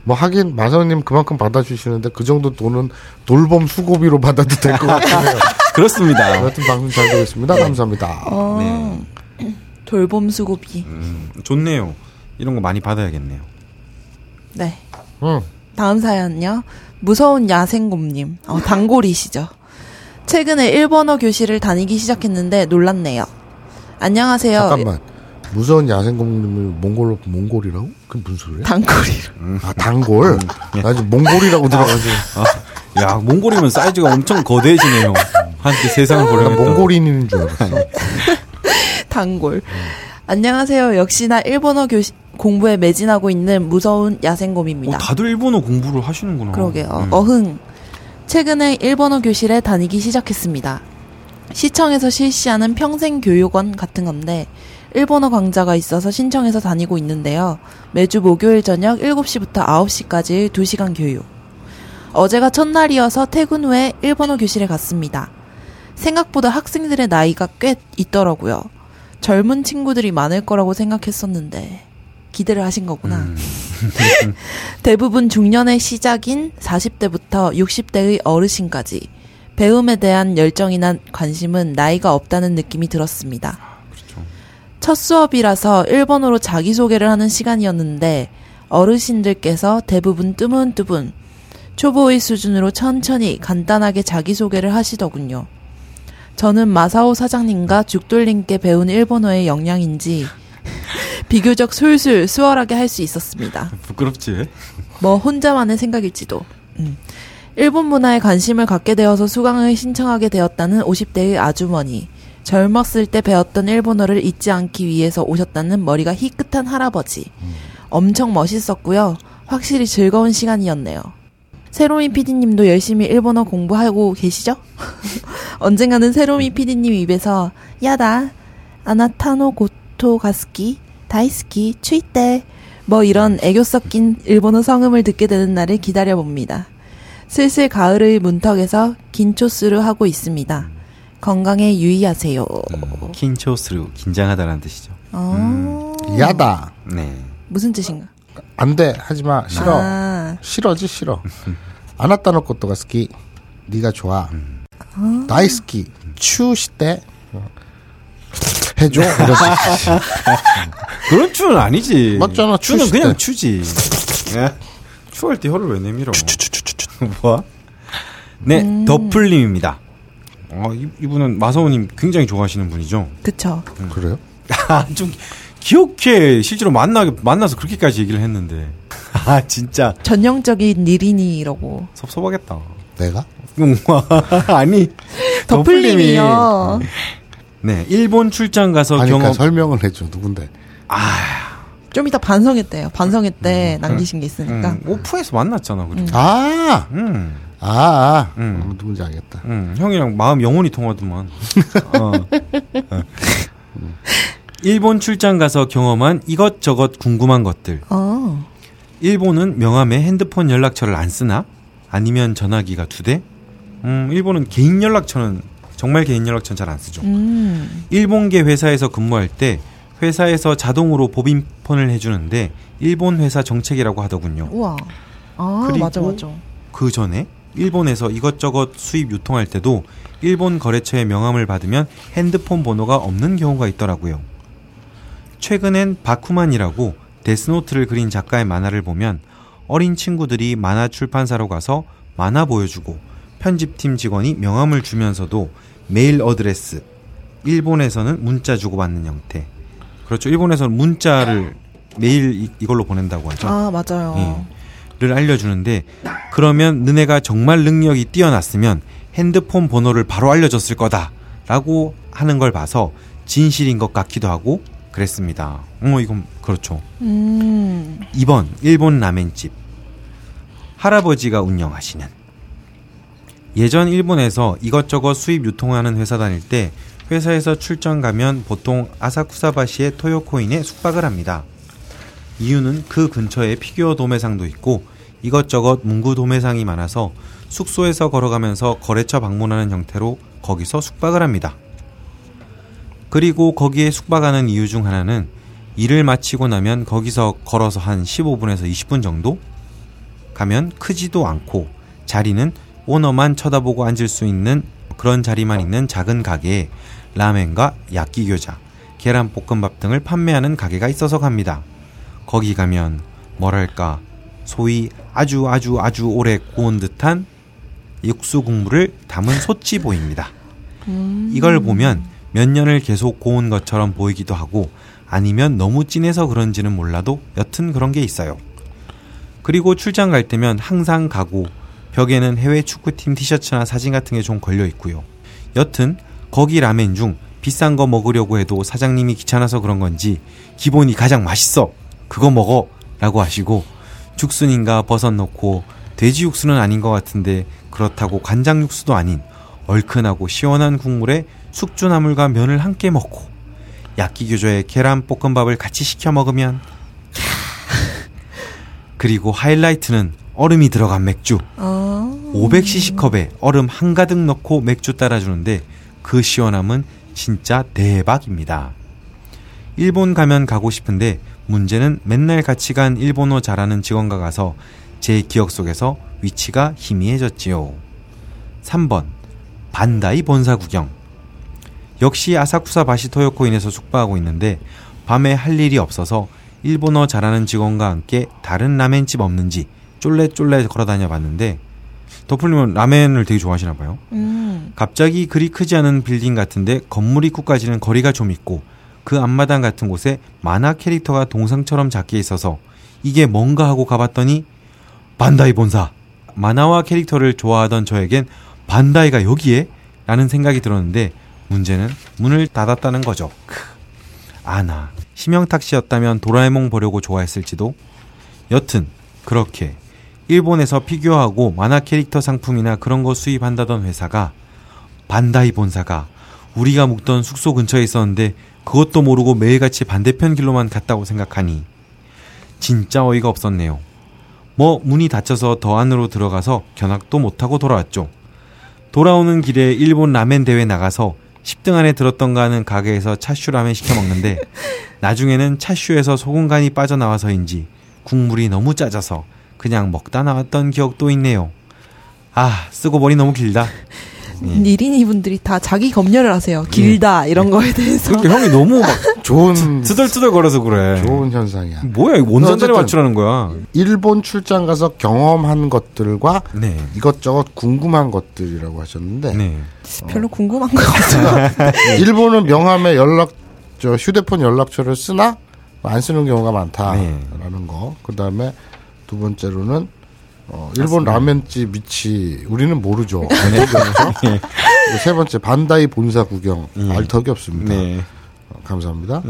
A: 뭐 하긴 마사오님 그만큼 받아주시는데 그 정도 돈은 돌봄 수고비로 받아도 될 것 같아요.
B: 그렇습니다.
A: 여하튼 방송 잘 되겠습니다. 감사합니다.
C: 어,
B: 네.
C: 돌봄수고비.
B: 음, 좋네요. 이런 거 많이 받아야겠네요.
C: 네.
A: 응.
C: 다음 사연요. 무서운 야생곰님. 어, 단골이시죠. 최근에 일본어 교실을 다니기 시작했는데 놀랐네요. 안녕하세요.
A: 잠깐만. 무서운 야생공님을 몽골로 몽골이라고? 그게 무슨 소리야?
C: 단골이로.
A: 아 단골. 나 지금 몽골이라고 들어가지고
B: 아, 야, 몽골이면 사이즈가 엄청 거대해지네요. 한때 세상을
A: 난
B: 보려면
A: 몽골인인 줄 알았어.
C: 단골. 안녕하세요. 역시나 일본어 교시, 공부에 매진하고 있는 무서운
B: 어,
C: 야생곰입니다.
B: 다들 일본어 공부를 하시는구나.
C: 그러게요.
B: 음.
C: 어흥. 최근에 일본어 교실에 다니기 시작했습니다. 시청에서 실시하는 평생교육원 같은 건데, 일본어 강좌가 있어서 신청해서 다니고 있는데요. 매주 목요일 저녁 7시부터 9시까지 2시간 교육. 어제가 첫날이어서 퇴근 후에 일본어 교실에 갔습니다. 생각보다 학생들의 나이가 꽤 있더라고요. 젊은 친구들이 많을 거라고 생각했었는데, 기대를 하신 거구나.
B: 음.
C: 대부분 중년의 시작인 40대부터 60대의 어르신까지 배움에 대한 열정이나 관심은 나이가 없다는 느낌이 들었습니다.
B: 그렇죠.
C: 첫 수업이라서 일본어로 자기소개를 하는 시간이었는데 어르신들께서 대부분 뜨문뜨문 초보의 수준으로 천천히 간단하게 자기소개를 하시더군요. 저는 마사오 사장님과 죽돌님께 배운 일본어의 영향인지
B: [laughs]
C: 비교적 술술 수월하게 할 수 있었습니다.
B: 부끄럽지?
C: 뭐 혼자만의 생각일지도. 음. 일본 문화에 관심을 갖게 되어서 수강을 신청하게 되었다는 50대의 아주머니. 젊었을 때 배웠던 일본어를 잊지 않기 위해서 오셨다는 머리가 희끗한 할아버지. 엄청 멋있었고요. 확실히 즐거운 시간이었네요. 새로미 PD님도 열심히 일본어 공부하고 계시죠? [laughs] 언젠가는 새로미 PD님 입에서 야다 아나타노 고토 가스키 다이스키 추이떼 뭐 이런 애교 섞인 일본어 성음을 듣게 되는 날을 기다려 봅니다. 슬슬 가을의 문턱에서 긴초스를 하고 있습니다. 건강에 유의하세요.
B: 음. 킹초스루 긴장하다라는 뜻이죠.
C: 어,
A: 야다.
B: 네.
C: 무슨 뜻인가?
A: 안돼 하지마 싫어
C: 아,
A: 싫어지 싫어. 안았다는 것도가 스키. 네가 좋아. 나이스키. 추시때 해줘. 이러지.
B: [laughs] 그런 추는 아니지.
A: 맞잖아,
B: 추는
A: 추실
B: 그냥
A: 때.
B: [laughs] 추지. 예. 추할 때 혀를 왜 내밀어? [laughs] 뭐야? 네, 더플님입니다. 어, 이- 이분은 마사오님 굉장히 좋아하시는 분이죠.
C: 그쵸.
A: 그래요?
B: [laughs] 아, 좀 기억해. 실제로 만나 만나서 그렇게까지 얘기를 했는데. [laughs] 아, 진짜
C: 전형적인 니린이라고.
B: 섭섭하겠다. [laughs]
A: 내가?
B: 아니,
C: 더플림이요.
B: 네, 일본 출장 가서
A: 아니,
B: 경험
A: 그러니까 설명을 해줘. 누군데?
C: 좀 이따 반성했대요. 반성했대 남기신 게 있으니까.
B: 음, 오프에서 만났잖아, 그리고.
A: 아,
B: 음.
A: 아, 아.
B: 음.
A: 음, 누군지 알겠다.
B: 응, 형이랑 마음 영원히 통하더만. 어. 어. 일본 출장 가서 경험한 이것저것 궁금한 것들.
C: 어.
B: 일본은 명함에 핸드폰 연락처를 안 쓰나? 아니면 전화기가 두 대? 음, 일본은 개인 연락처는 정말 개인 연락처는 잘 안 쓰죠.
C: 음.
B: 일본계 회사에서 근무할 때 회사에서 자동으로 보빈폰을 해주는데 일본 회사 정책이라고 하더군요.
C: 우와. 아,
B: 그리고
C: 맞아 맞아.
B: 그 전에 일본에서 이것저것 수입 유통할 때도 일본 거래처의 명함을 받으면 핸드폰 번호가 없는 경우가 있더라고요. 최근엔 바쿠만이라고 데스노트를 그린 작가의 만화를 보면 어린 친구들이 만화 출판사로 가서 만화 보여주고 편집팀 직원이 명함을 주면서도 메일 어드레스 일본에서는 문자 주고받는 형태 그렇죠 일본에서는 문자를 메일 이- 이걸로 보낸다고 하죠
C: 아, 맞아요.
B: 예. 번호를 알려주는데 그러면 너네가 정말 능력이 뛰어났으면 핸드폰 번호를 바로 알려줬을 거다라고 하는 걸 봐서 진실인 것 같기도 하고 그랬습니다. 어 이건 그렇죠.
C: 음.
B: 2번 일본 라멘집 할아버지가 운영하시는 예전 일본에서 이것저것 수입 유통하는 회사 다닐 때 회사에서 출장 가면 보통 아사쿠사바시의 토요코인에 숙박을 합니다. 이유는 그 근처에 피규어 도매상도 있고 이것저것 문구 도매상이 많아서 숙소에서 걸어가면서 거래처 방문하는 형태로 거기서 숙박을 합니다. 그리고 거기에 숙박하는 이유 중 하나는 일을 마치고 나면 거기서 걸어서 한 15분에서 20분 정도 가면 크지도 않고 자리는 오너만 쳐다보고 앉을 수 있는 그런 자리만 있는 작은 가게에 라멘과 야끼교자, 계란볶음밥 등을 판매하는 가게가 있어서 갑니다. 거기 가면 뭐랄까 소위 아주 아주 아주 오래 구운 듯한 육수 국물을 담은 소치 보입니다. 이걸 보면 몇 년을 계속 고운 것처럼 보이기도 하고 아니면 너무 진해서 그런지는 몰라도 여튼 그런 게 있어요. 그리고 출장 갈 때면 항상 가고 벽에는 해외 축구팀 티셔츠나 사진 같은 게 좀 걸려 있고요. 여튼 거기 라멘 중 비싼 거 먹으려고 해도 사장님이 귀찮아서 그런 건지 기본이 가장 맛있어 그거 먹어 라고 하시고 죽순인가 버섯 넣고 돼지 육수는 아닌 것 같은데 그렇다고 간장 육수도 아닌 얼큰하고 시원한 국물에 숙주나물과 면을 함께 먹고 야끼교조에 계란 볶음밥을 같이 시켜 먹으면 그리고 하이라이트는 얼음이 들어간 맥주
C: 아.
B: 500cc 컵에 얼음 한가득 넣고 맥주 따라주는데 그 시원함은 진짜 대박입니다. 일본 가면 가고 싶은데 문제는 맨날 같이 간 일본어 잘하는 직원과 가서 제 기억 속에서 위치가 희미해졌지요. 3번 반다이 본사 구경 역시 아사쿠사 바시 토요코인에서 숙박하고 있는데 밤에 할 일이 없어서 일본어 잘하는 직원과 함께 다른 라멘집 없는지 쫄래쫄래 걸어 다녀 봤는데 더풀님은 라멘을 되게 좋아하시나 봐요.
C: 음.
B: 갑자기 그리 크지 않은 빌딩 같은데 건물 입구까지는 거리가 좀 있고 그 앞마당 같은 곳에 만화 캐릭터가 동상처럼 작게 있어서 이게 뭔가 하고 가봤더니 반다이 본사 만화와 캐릭터를 좋아하던 저에겐 반다이가 여기에? 라는 생각이 들었는데 문제는 문을 닫았다는 거죠. 크. 아나 심영탁 씨였다면 도라에몽 보려고 좋아했을지도 여튼 그렇게 일본에서 피규어하고 만화 캐릭터 상품이나 그런 거 수입한다던 회사가 반다이 본사가 우리가 묵던 숙소 근처에 있었는데 그것도 모르고 매일같이 반대편 길로만 갔다고 생각하니 진짜 어이가 없었네요. 뭐 문이 닫혀서 더 안으로 들어가서 견학도 못하고 돌아왔죠. 돌아오는 길에 일본 라멘 대회 나가서 10등 안에 들었던가 하는 가게에서 차슈 라멘 시켜 먹는데 나중에는 차슈에서 소금간이 빠져나와서인지 국물이 너무 짜져서 그냥 먹다 나왔던 기억도 있네요. 아 쓰고 보니 너무 길다. 예.
C: 니린이 분들이 다 자기 검열을 하세요. 길다
B: 음.
C: 이런 거에 대해서.
B: 그렇게 형이 너무 [laughs] 막
A: 좋은
B: 투덜투덜 걸어서 그래.
A: 좋은 현상이야.
B: 뭐야 이거 원산자리
A: 어쨌든.
B: 맞추라는 거야.
A: 일본 출장 가서 경험한 것들과
B: 네.
A: 이것저것 궁금한 것들이라고 하셨는데
B: 네.
C: [laughs] 별로 궁금한 거 같아요.
B: [laughs]
A: 일본은 명함에 연락 저 휴대폰 연락처를 쓰나 안 쓰는 경우가
B: 네.
A: 많다라는 거. 그다음에 두 번째로는 어, 일본 라면집 위치 우리는 모르죠.
B: 네.
A: 알죠? 세 번째 반다이 본사 구경 알 턱이 없습니다.
B: 네.
A: 어, 감사합니다.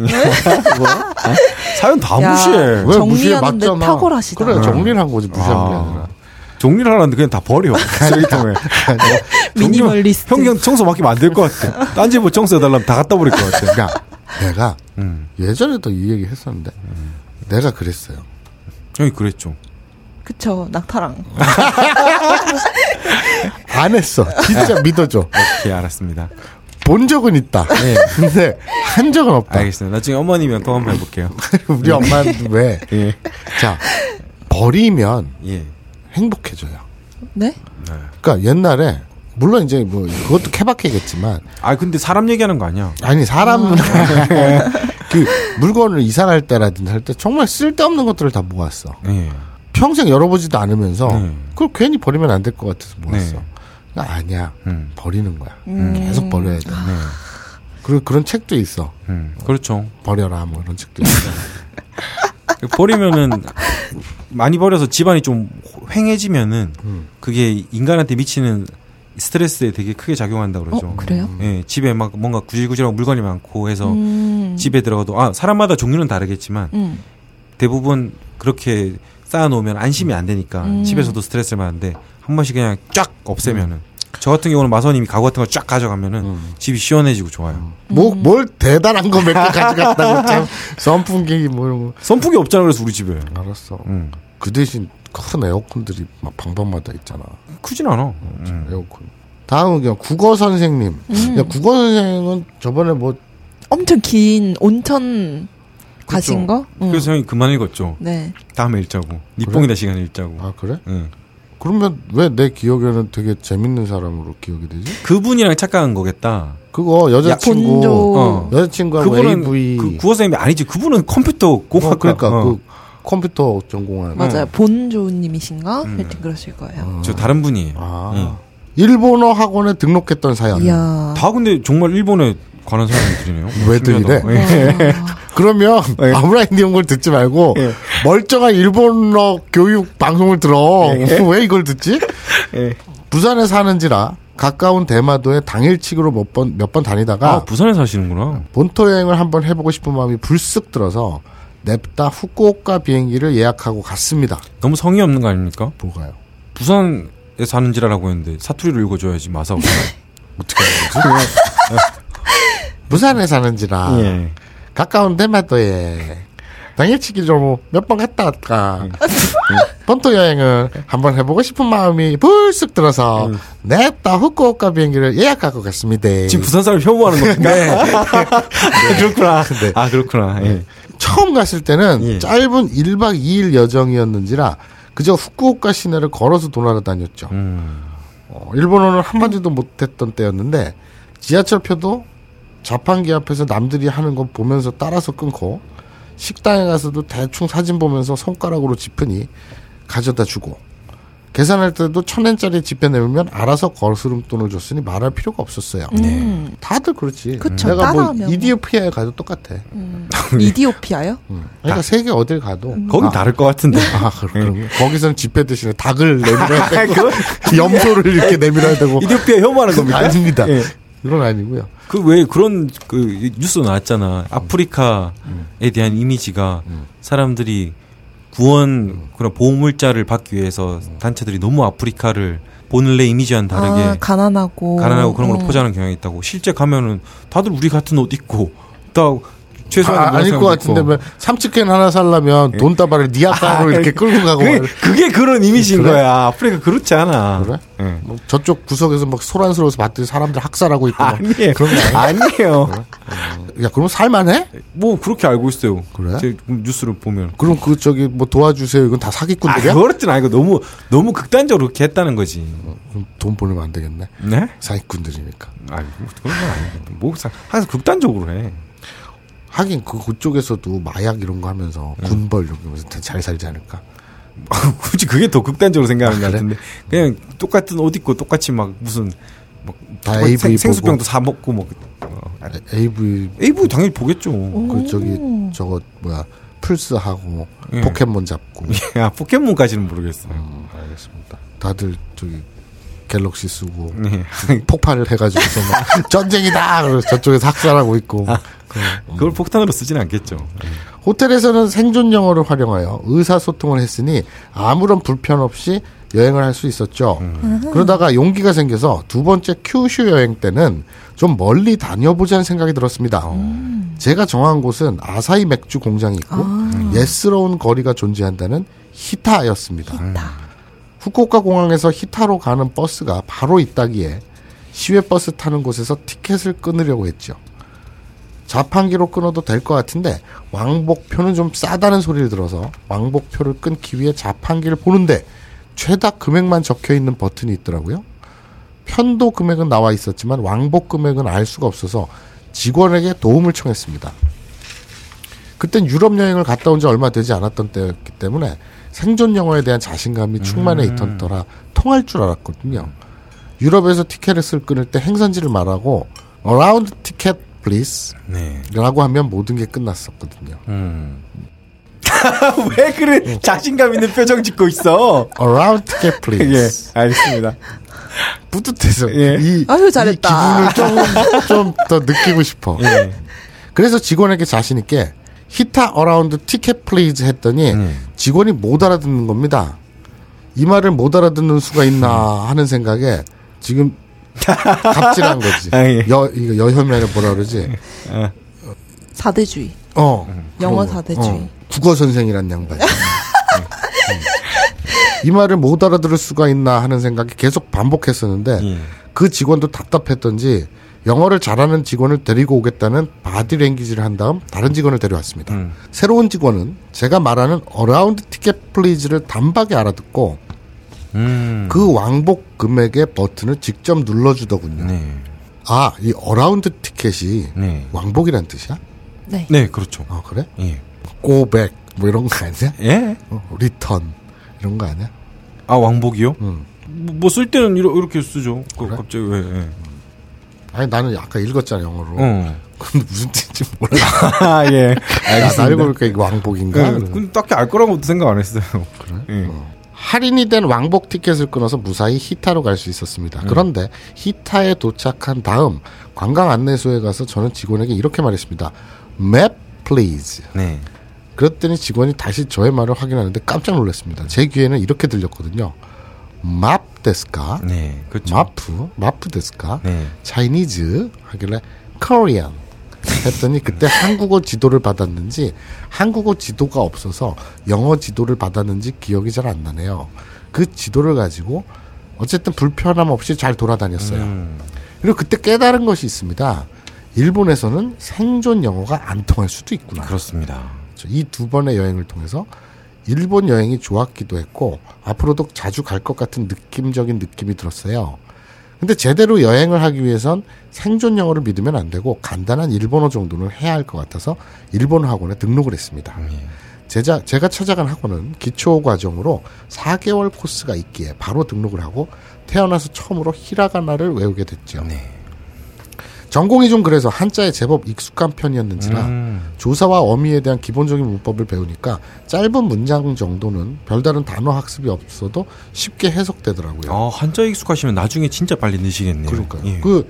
B: 사연 다
C: 야.
B: 무시해.
A: 왜 무시해
C: 정리하는데
A: 맞잖아.
C: 탁월하시다.
A: 그래 정리를 한 거지 무시한 게
B: 아.
A: 아니라.
B: 정리를 하라는데 그냥 다 [laughs] 버려. 쓰레기통에.
C: 미니멀리스트.
B: 형 그냥 청소 맡기면 안 될 것 같아. 딴지 뭐 청소해달라면 다 갖다 버릴 것 같아.
A: 야, 내가
B: [laughs] 음.
A: 예전에도 이 얘기 했었는데 내가 그랬어요.
B: 형이 그랬죠.
C: 그쵸 낙타랑.
A: 안 했어. 진짜 믿어줘.
B: 오케이 예, 알았습니다.
A: 본 적은 있다. [laughs] 근데 한 적은 없다.
B: 네. 알겠습니다. 나중에 어머님이랑 또 한번 해볼게요.
A: 우리
B: [laughs]
A: 엄마는 왜?
B: 예.
A: 자, 버리면
B: [laughs] 예.
A: 행복해져요.
C: 네?
A: 그러니까 옛날에 물론 이제 뭐 그것도 케바케겠지만
B: 아 근데 사람 얘기하는 거 아니야.
A: 아니 사람 [laughs] 그 물건을 이사할 때라든지 할 때 정말 쓸데없는 것들을 다 모았어.
B: 예.
A: 평생 열어보지도 않으면서
B: 네.
A: 그걸 괜히 버리면 안 될 것 같아서 모았어. 그러니까
B: 네.
A: 아니야.
B: 음. 네.
A: 버리는 거야. 계속 버려야 돼. 그리고 그런 책도 있어.
B: 음. 그렇죠.
A: 버려라 뭐 이런 책도 있어.
B: 버리면은 많이 버려서 집안이 좀 횡해지면은 그게 인간한테 미치는 스트레스에 되게 크게 작용한다 그러죠.
C: 어, 그래요?
B: 예, 집에 막 뭔가 구질구질하고 물건이 많고 해서
C: 음.
B: 집에 들어가도 아 사람마다 종류는 다르겠지만
C: 음.
B: 대부분 그렇게 쌓아놓으면 안심이 안 되니까
C: 음.
B: 집에서도 스트레스를 받는데 한 번씩 그냥 쫙 없애면은 저 같은 경우는 마선님이 가구 같은 걸 쫙 가져가면은 집이 시원해지고 좋아요.
A: 뭐, 뭘 대단한 거 몇 개 가져갔다고
C: [laughs]
A: 참 선풍기 뭐 이런 거
B: 선풍기 없잖아 그래서 우리 집에.
A: 알았어
B: 음.
A: 그 대신 큰 에어컨들이 막 방방마다 있잖아
B: 크진 않아. 음.
A: 에어컨 다음 의견 국어 선생님
C: 음.
A: 야 국어 선생은 저번에 뭐
C: 엄청 긴 온천 가신 거? 응.
A: 어.
B: 그래서 형이 그만 읽었죠.
C: 네.
B: 다음에 읽자고. 니뽕이다 시간에 읽자고. 예.
A: 아 그래?
B: 응.
A: 그러면 왜 내 기억에는 되게 재밌는 사람으로 기억이 되지?
B: 그분이랑 착각한 거겠다.
A: 그거 여자친구
C: 본조.
B: 어.
A: 여자친구하고
B: 그분은
A: AV
B: 그 구호 선생님이 아니지. 그분은 컴퓨터
A: 어,
B: 공학
A: 그러니까
B: 어.
A: 그 컴퓨터 전공하는
C: 맞아요. 본조우님이신가?
B: 음.
C: 하여튼 그러실 거예요.
B: 저 다른 분이에요.
A: 아 일본어 학원에 등록했던 사연
C: 이야.
B: 다 근데 정말 일본에 관한 사람들이네요.
A: [laughs] 외들이래?
B: 신기하다. 예.
A: 네. 그러면 아무라인 이런 걸 듣지 말고
B: 예.
A: 멀쩡한 일본어 교육 방송을 들어
B: 예.
A: [laughs] 왜 이걸 듣지? 부산에 사는지라 가까운 대마도에 당일치기로 몇 번 몇 번 다니다가
B: 아, 부산에 사시는구나.
A: 본토 여행을 한번 해보고 싶은 마음이 불쑥 들어서 냅다 후쿠오카 비행기를 예약하고 갔습니다.
B: 너무 성의 없는 거 아닙니까?
A: 뭐가요?
B: 부산에 사는지라라고 했는데 사투리로 읽어줘야지 마사오.
A: [laughs] 어떻게 하는 거지? [laughs] 부산에 사는지라
B: 예.
A: 가까운 대마도에 당일치기로 몇 번 갔다 왔다. 본토 여행을 한번 해보고 싶은 마음이 불쑥 들어서 냅다 후쿠오카 비행기를 예약하고 갔습니다.
B: 음. 지금 부산 사람 혐오하는 겁니까? [laughs] 그렇구나.
A: 네.
B: 아 그렇구나. 예.
A: 처음 갔을 때는
B: 예.
A: 짧은 1박 2일 여정이었는지라 그저 후쿠오카 시내를 걸어서 돌아다 다녔죠.
B: 음.
A: 어, 일본어는 한마디도 못했던 때였는데 지하철표도 자판기 앞에서 남들이 하는 거 보면서 따라서 끊고 식당에 가서도 대충 사진 보면서 손가락으로 지프니 가져다 주고 계산할 때도 천 엔짜리 지폐 내면 알아서 거스름 돈을 줬으니 말할 필요가 없었어요.
C: 음.
A: 다들 그렇지.
C: 그쵸,
A: 내가 뭐
C: 따라하면 뭐.
A: 이디오피아에 가도 똑같아.
C: 이디오피아요?
A: 음. 그러니까 세계 어딜 가도
B: 음. 거긴
A: 아,
B: 다를 것 같은데.
A: 아, 그렇군요. 거기서는 지폐 대신에 닭을
B: [laughs]
A: 내밀어야 되고 [laughs] 염소를 이렇게 내밀어야 되고
B: 이디오피아 혐오하는 겁니까?
A: 아닙니다.
B: 예.
A: 그건 아니고요.
B: 그 왜 그런 그 뉴스 나왔잖아. 아프리카에 대한 이미지가 사람들이 구원 그런 보물자를 받기 위해서 단체들이 너무 아프리카를 본래 이미지와는 다르게
C: 아, 가난하고.
B: 가난하고 그런 걸로
C: 음.
B: 포장하는 경향이 있다고. 실제 가면은 다들 우리 같은 옷 입고 다 최소한
A: 아, 아닐 것 같은데 뭐 삼치캔 하나 살려면 돈 다발을 니아까로 이렇게 끌고 가고
B: 예. 그게,
A: 막
B: 그게 그런 이미지인
A: 그래?
B: 거야. 아프리카 그렇지 않아.
A: 그래?
B: 예.
A: 뭐 저쪽 구석에서 막 소란스러워서 봤더니 사람들 학살하고 있고 막.
B: 아니에요.
A: 그런 거
B: 아니에요.
A: 아니야? 야 그럼 살만해?
B: 뭐 그렇게 알고 있어요.
A: 그래?
B: 제 뉴스를 보면.
A: 그럼 그 저기 뭐 도와주세요 이건 다
B: 아,
A: 사기꾼들이야?
B: 그렇진 아니고 너무 너무 극단적으로 그렇게 했다는 거지.
A: 그럼 돈 보내면 안 되겠네
B: 네?
A: 사기꾼들이니까
B: 아니 뭐 그런 건 아니고 뭐 사- 항상 극단적으로 해. [laughs]
A: 하긴 그 그쪽에서도 마약 이런 거 하면서
B: 음.
A: 군벌 이런 거 하면서 다잘 살지 않을까?
B: 굳이 그게 더 극단적으로 생각하는
A: 아,
B: 것 같은데 그냥 똑같은 옷 입고 똑같이 막 무슨 막
A: 다
B: 똑같이
A: AV 보고.
B: 생, 생수병도 사 먹고 뭐 어, 아,
A: AV
B: AV 당연히 보겠죠.
A: 그 저기 저거 뭐야 플스하고
B: 음. 예.
A: 포켓몬 잡고
B: 야 포켓몬까지는 모르겠어요.
A: 알겠습니다. 다들 저기 갤럭시 쓰고
B: 네.
A: 폭발을 해가지고서
B: [laughs]
A: 막 전쟁이다 그래서 저쪽에서 학살하고 있고
B: 아.
D: 어.
B: 그걸 폭탄으로 쓰진 않겠죠.
A: 호텔에서는 생존 영어를 활용하여 의사소통을 했으니 아무런 불편 없이 여행을 할 수 있었죠. 그러다가 용기가 생겨서 두 번째 큐슈 여행 때는 좀 멀리 다녀보자는 생각이 들었습니다. 제가 정한 곳은 아사히 맥주 공장이 있고 옛스러운 거리가 존재한다는 히타였습니다.
B: 음.
A: 후쿠오카 공항에서 히타로 가는 버스가 바로 있다기에 시외 버스 타는 곳에서 티켓을 끊으려고 했죠. 자판기로 끊어도 될 것 같은데 왕복표는 좀 싸다는 소리를 들어서 왕복표를 끊기 위해 자판기를 보는데 최다 금액만 적혀 있는 버튼이 있더라고요. 편도 금액은 나와 있었지만 왕복 금액은 알 수가 없어서 직원에게 도움을 청했습니다. 그땐 유럽 여행을 갔다 온 지 얼마 되지 않았던 때였기 때문에 생존 영어에 대한 자신감이 충만해 있던 터라 통할 줄 알았거든요. 유럽에서 티켓을 끊을 때 행선지를 말하고 around ticket please
B: 네.
A: 라고 하면 모든 게 끝났었거든요.
B: 음.
D: [laughs] 왜 그래? 자신감 있는 표정 짓고 있어.
A: Around the c
B: [laughs]
D: 예,
A: please.
D: 알겠습니다.
A: 뿌듯해서
D: 예.
A: 이,
C: 아유, 잘했다.
A: 이 기분을
C: [laughs]
A: 조금 좀더 느끼고 싶어.
B: 예.
A: 그래서 직원에게 자신 있게 히타 어라운드 티켓 플레이즈 했더니
D: 음.
A: 직원이 못 알아듣는 겁니다. 이 말을 못 알아듣는 수가 있나 하는 생각에
D: [laughs]
A: 지금 갑질한 거지.
D: 아, 예.
A: 여 이거 여혐이 아니라 뭐라 그러지?
C: 사대주의.
A: 어.
D: 음.
C: 영어
A: 그런 거.
C: 사대주의.
A: 어. 국어 선생이란 양반. 이 말을 못 알아들을 수가 있나 하는 생각이 계속 반복했었는데
B: 예.
A: 그 직원도 답답했던지 영어를 잘하는 직원을 데리고 오겠다는 바디랭귀지를 한 다음 다른 직원을 데려왔습니다.
B: 음.
A: 새로운 직원은 제가 말하는 어라운드 티켓 플리즈를 단박에 알아듣고
B: 음.
A: 그 왕복 금액의 버튼을 직접 눌러주더군요.
B: 네.
A: 아, 이 어라운드 티켓이
B: 네.
A: 왕복이란 뜻이야?
C: 네.
B: 네, 그렇죠.
A: 어, 그래?
B: 예.
A: 고백 뭐 이런 거 아니야?
B: 예?
A: 어, 리턴 이런 거 아니야?
B: 아, 왕복이요?
A: 음.
B: 뭐 쓸 때는 이러, 이렇게 쓰죠. 그
A: 그래?
B: 갑자기 왜? 예.
A: 아니 나는 아까 읽었잖아 영어로.
B: 어. [laughs]
A: 근데 무슨 뜻인지 몰라.
D: 아, [laughs] 예.
A: [laughs] 알겠습니다. 알고 보니까 이거 왕복인가?
B: 그, 근데 딱히 알 거라고도 생각 안 했어요. 예.
A: 할인이 된 왕복 티켓을 끊어서 무사히 히타로 갈 수 있었습니다. 그런데 히타에 도착한 다음 관광 안내소에 가서 저는 직원에게 이렇게 말했습니다. Map please.
B: 네.
A: 그랬더니 직원이 다시 저의 말을 확인하는데 깜짝 놀랐습니다. 제 귀에는 이렇게 들렸거든요. Map 데스까?
B: 네. 그렇죠.
A: 마프? 마프 데스까?
B: 네.
A: 차이니즈 하길래 코리안 했더니 그때 한국어 지도를 받았는지 한국어 지도가 없어서 영어 지도를 받았는지 기억이 잘 안 나네요. 그 지도를 가지고 어쨌든 불편함 없이 잘 돌아다녔어요.
B: 음.
A: 그리고 그때 깨달은 것이 있습니다. 일본에서는 생존 영어가 안 통할 수도 있구나.
B: 그렇습니다.
A: 이 두 번의 여행을 통해서 일본 여행이 좋았기도 했고 앞으로도 자주 갈 것 같은 느낌적인 느낌이 들었어요. 근데 제대로 여행을 하기 위해선 생존 영어를 믿으면 안 되고 간단한 일본어 정도는 해야 할 것 같아서 일본 학원에 등록을 했습니다. 제자, 제가 찾아간 학원은 기초 과정으로 4개월 코스가 있기에 바로 등록을 하고 태어나서 처음으로 히라가나를 외우게 됐죠. 전공이 좀 그래서 한자에 제법 익숙한 편이었는지라
B: 음.
A: 조사와 어미에 대한 기본적인 문법을 배우니까 짧은 문장 정도는 별다른 단어 학습이 없어도 쉽게 해석되더라고요.
B: 아, 한자 익숙하시면 나중에 진짜 빨리 느시겠네요.
A: 네. 그러니까
B: 예.
A: 그,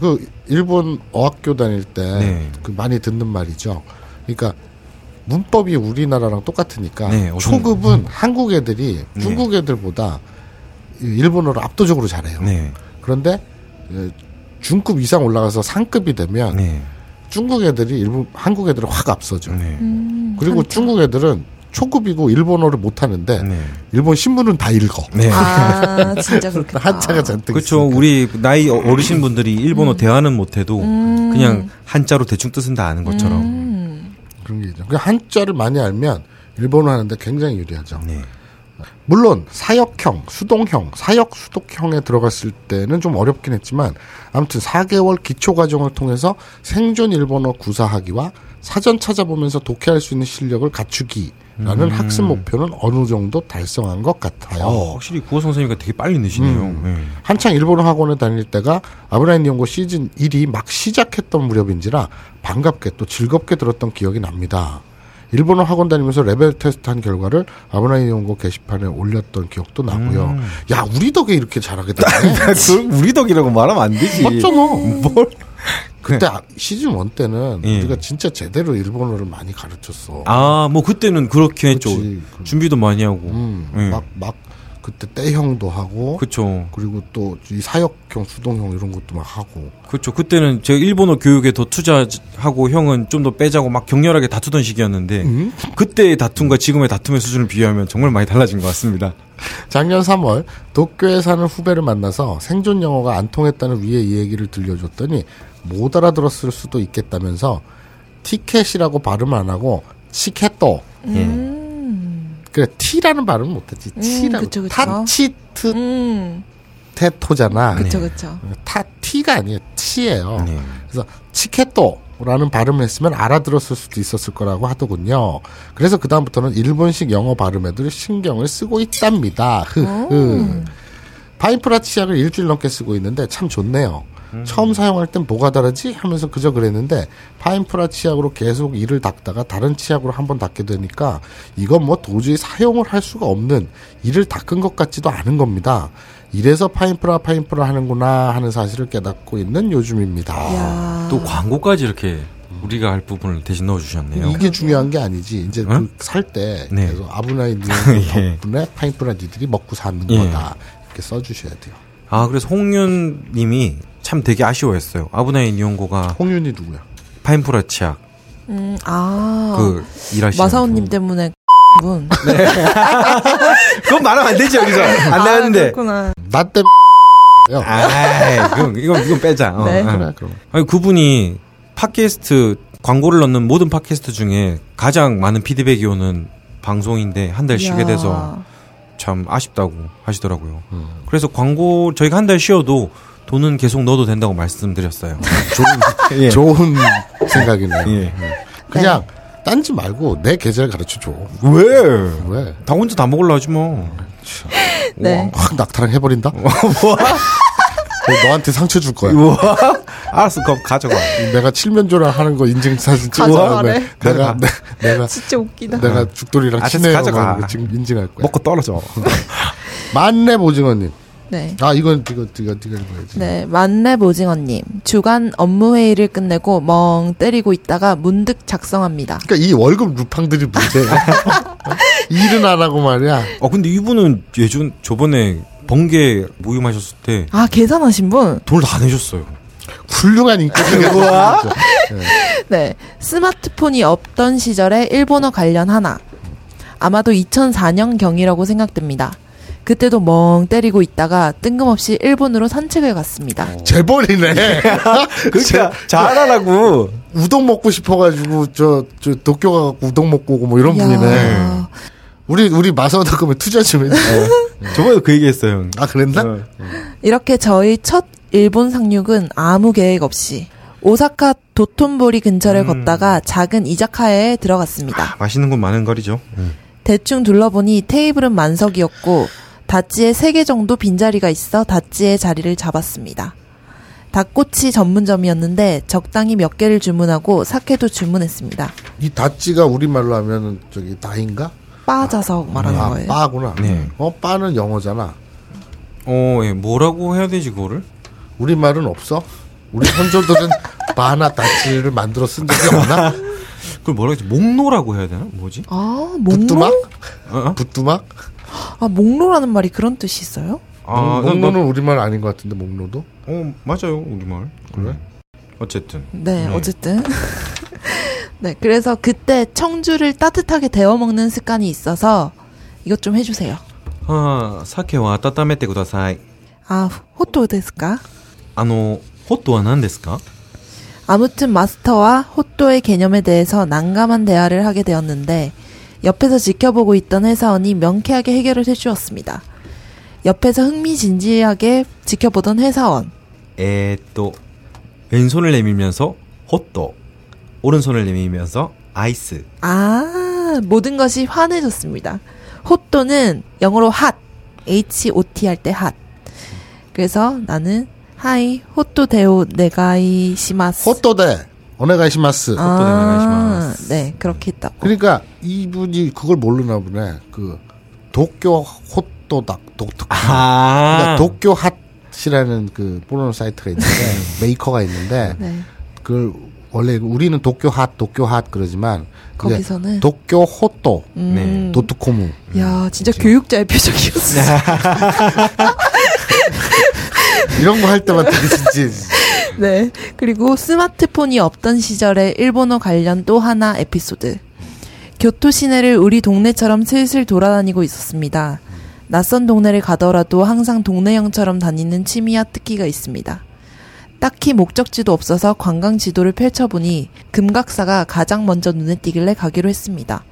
A: 그 일본 어학교 다닐 때
B: 네.
A: 그 많이 듣는 말이죠. 그러니까 문법이 우리나라랑 똑같으니까
B: 네, 어떤- 네.
A: 초급은 한국 애들이 중국 애들보다 일본어를 압도적으로 잘해요.
B: 네.
A: 그런데 에, 중급 이상 올라가서 상급이 되면
B: 네.
A: 중국 애들이 일본 한국 애들을 확 앞서죠.
B: 네.
C: 음,
A: 그리고
C: 한자.
A: 중국 애들은 초급이고 일본어를 못하는데
B: 네.
A: 일본 신문은 다 읽어. 그러니까
B: 네.
C: 아, 진짜 그렇겠다.
A: 한자가 잔뜩
B: 그렇죠.
A: 있으니까.
B: 우리 나이 어- 어르신 분들이
C: 음.
B: 일본어 대화는 못해도 그냥 한자로 대충 뜻은 다 아는 것처럼.
C: 음,
A: 그런 게 있죠. 그 한자를 많이 알면 일본어 하는데 굉장히 유리하죠.
B: 네.
A: 물론 사역형, 수동형, 사역 수독형에 들어갔을 때는 좀 어렵긴 했지만 아무튼 4개월 기초 과정을 통해서 생존 일본어 구사하기와 사전 찾아보면서 독해할 수 있는 실력을 갖추기라는 학습 목표는 어느 정도 달성한 것 같아요.
B: 음.
A: 음.
B: 어, 확실히 구호 선생님이 되게 빨리 느시네요. 예.
A: 한창 일본어 학원에 다닐 때가 아브라인 연고 시즌 1이 막 시작했던 무렵인지라 반갑게 또 즐겁게 들었던 기억이 납니다. 일본어 학원 다니면서 레벨 테스트한 결과를 아브라인 연고 게시판에 올렸던 기억도 나고요.
B: 음.
A: 야 우리 덕에 이렇게 잘하게 [laughs]
B: [laughs]
A: 됐네.
D: 그걸 우리 덕이라고 말하면 안 되지.
A: 맞잖아.
D: 뭘?
A: 그때 아- 시즌 1 때는
B: 네. 예.
A: 우리가 진짜 제대로 일본어를 많이 가르쳤어.
B: 아, 뭐 그때는 그렇게 했죠.
A: 그치.
B: 준비도 많이 하고.
A: 음,
B: 예.
A: 막, 막 그때 떼형도 하고
B: 그렇죠.
A: 그리고 또 이 사역형, 수동형 이런 것도 막 하고.
B: 그렇죠. 그때는 제가 일본어 교육에 더 투자하고 형은 좀 더 빼자고 막 격렬하게 다투던 시기였는데 그때의 다툼과 지금의 다툼의 수준을 비교하면 정말 많이 달라진 것 같습니다.
A: 작년 3월 도쿄에 사는 후배를 만나서 생존 영어가 안 통했다는 위의 이야기를 들려줬더니 못 알아들었을 수도 있겠다면서 티켓이라고 발음 안 하고 치켓도
C: 음.
A: 예. 그래 티라는 발음은 못했지 치라고
C: 그쵸, 그쵸.
A: 타치트
C: 음,
A: 테토잖아
C: 그쵸, 그쵸.
A: 타 티가 아니에요 치예요
B: 네.
A: 그래서 치켓도라는 발음을 했으면 알아들었을 수도 있었을 거라고 하더군요. 그래서 그 다음부터는 일본식 영어 발음에도 신경을 쓰고 있답니다. 흐흐. 파인프라 치약을 일주일 넘게 쓰고 있는데 참 좋네요. 처음 사용할 땐 뭐가 다르지 하면서 그저 그랬는데 파인프라 치약으로 계속 이를 닦다가 다른 치약으로 한 번 닦게 되니까 이건 뭐 도저히 사용을 할 수가 없는 이를 닦은 것 같지도 않은 겁니다. 이래서 파인프라 파인프라 하는구나 하는 사실을 깨닫고 있는 요즘입니다.
C: 야.
B: 또 광고까지 이렇게 우리가 할 부분을 대신 넣어주셨네요.
A: 이게 중요한 게 아니지. 이제 그 살 때
B: 네.
A: 계속
B: [laughs]
A: 아브나이 니들
B: 예.
A: 덕분에 파인프라 니들이 먹고 사는
B: 예.
A: 거다. 이렇게 써주셔야 돼요.
B: 아 그래서 홍윤님이 참 되게 아쉬워했어요. 아브나인 이용고가
A: 홍윤이 누구야?
B: 파인프라 치약
C: 음, 아.
B: 그 일하시는
C: 마사오님
B: 분.
C: 때문에 분.
B: 그건 말하면 안 되지 여기서 안
C: 아,
B: 나왔는데.
C: 그렇구나.
A: 나 때문에.
B: 아, 이건 이건 이건 빼자. 어,
C: 네.
B: 어.
A: 그래 그럼.
B: 아니 그분이 팟캐스트 광고를 넣는 모든 팟캐스트 중에 가장 많은 피드백이 오는 방송인데 한 달 쉬게
C: 야.
B: 돼서 참 아쉽다고 하시더라고요. 그래서 광고 저희가 한 달 쉬어도 돈은 계속 넣어도 된다고 말씀드렸어요.
A: [laughs]
D: 예.
A: 좋은 생각이네요.
B: 예.
A: 그냥
C: 네.
A: 딴지 말고 내 계좌를 가르쳐줘.
B: [laughs] 왜?
A: 왜?
B: 다 혼자 다 먹으려 하지 뭐.
C: 네.
A: 확 낙타랑 해버린다? 그 너- 너한테 상처 줄 거야.
B: 우와. [laughs] 알았어, 그럼 가져가.
A: 내가 칠면조랑 하는 거 인증사진 찍은
C: 가져가래.
A: 다음에 내가, 내, 내가,
C: 진짜 웃기다.
A: 내가 죽돌이랑
B: 아,
A: 친해요.
B: 가져가.
A: 하는 거 지금 인증할 거야.
B: 먹고 떨어져.
A: 만렙 오징어님.
C: 네.
A: 아, 이건, 이거, 이거, 이거 읽어야지.
C: 네, 만렙 오징어님. 주간 업무 회의를 끝내고 멍 때리고 있다가 문득 작성합니다.
A: 그러니까 이 월급 루팡들이
C: [laughs]
A: 문제야. 일은 안 하고 말이야.
B: 어, 근데 이분은 예전, 저번에 번개 모임하셨을 때
C: 아, 계산하신 분?
B: 돈을 다 내셨어요.
A: 훌륭한 인격이야.
C: 네. 스마트폰이 없던 시절에 일본어 관련 하나. 아마도 2004년 경이라고 생각됩니다. 그때도 멍 때리고 있다가 뜬금없이 일본으로 산책을 갔습니다.
A: 어,
D: [laughs]
A: 재벌이네.
D: 그러니까 잘하라고.
A: 우동 먹고 싶어가지고 저, 저 도쿄 가갖고 우동 먹고 오고 뭐 이런
C: 이야.
A: 분이네. 우리 우리 마사오닷컴에 투자 좀 해주세요.
B: 저번에도 그 얘기했어요. 형.
A: 아 그랬나?
D: 네.
B: 어.
C: 이렇게 저희 첫 일본 상륙은 아무 계획 없이 오사카 도톤보리 근처를 걷다가 작은 이자카야에 들어갔습니다.
B: 맛있는 건 많은 거리죠.
C: 대충 둘러보니 테이블은 만석이었고 다찌에 3개 정도 빈자리가 있어 다찌에 자리를 잡았습니다. 닭꼬치 전문점이었는데 적당히 몇 개를 주문하고 사케도 주문했습니다.
A: 이 다찌가 우리 말로 하면 저기 다인가?
C: 빠져서 말하는
A: 아
C: 거예요.
A: 빠구나.
B: 네.
A: 어 빠는 영어잖아.
B: 어, 예. 뭐라고 해야 되지, 그거를?
A: 우리 말은 없어. 우리
D: [laughs]
A: 선조들은 바나 다찌를 만들어 쓴 적이
C: [laughs]
A: 없나?
B: 그걸 뭐라 했지? 목노라고 해야 되나? 뭐지?
C: 아
A: 부뚜막?
C: 목로?
B: 어? 어?
A: 부뚜막?
C: 아 목로라는 말이 그런 뜻이 있어요?
D: 그
B: 아,
D: 뭐
B: 난-
A: 목로는 우리 말 아닌 것 같은데 목로도.
B: 어, 맞아요, 우리말. 그래?
A: 음.
B: 어쨌든.
C: 네,
B: 네.
C: 어쨌든. [laughs] 네, 그래서 그때 청주를 따뜻하게 데워 먹는 습관이 있어서 이것 좀 해주세요.
B: 아, 사케와 따따메테 구다사이.
C: 아, 호토 데스까?
B: 아노, 호또와 난데스까?
C: 아무튼 마스터와 호또의 개념에 대해서 난감한 대화를 하게 되었는데 옆에서 지켜보고 있던 회사원이 명쾌하게 해결을 해주었습니다. 옆에서 흥미진진하게 지켜보던 회사원.
B: 에, 또, 왼손을 내밀면서 호또, 오른손을 내밀면서 아이스.
C: 아, 모든 것이 환해졌습니다. 호또는 영어로 hot, H-O-T 할 때 hot. 그래서 나는 하이 호또 데오 네가이 시마스.
A: 호또대 어네가이시마스.
B: 호또
C: 아,
B: 네가이시마스.
C: 네 그렇게 했다고.
A: 그러니까 이분이 그걸 모르나 보네. 그 도쿄 호또닭 독특. 그러니까
B: 아,
A: 도쿄 핫이라는 그 포르노 사이트가 있는데 [laughs] 메이커가 있는데
C: 네.
A: 그걸 원래 우리는 도쿄 핫, 도쿄 핫 그러지만 그게
C: 거기서는
A: 도쿄 호또 네.
C: 음,
A: 도트코무
C: 야, 진짜 교육자의
A: 네.
C: 표정이었어.
A: 이런 거 할 때만 되게 진지.
C: 네. 그리고 스마트폰이 없던 시절의 일본어 관련 또 하나 에피소드. 교토 시내를 우리 동네처럼 슬슬 돌아다니고 있었습니다. 낯선 동네를 가더라도 항상 동네형처럼 다니는 취미와 특기가 있습니다. 딱히 목적지도 없어서 관광 지도를 펼쳐보니 금각사가 가장 먼저 눈에 띄길래 가기로 했습니다.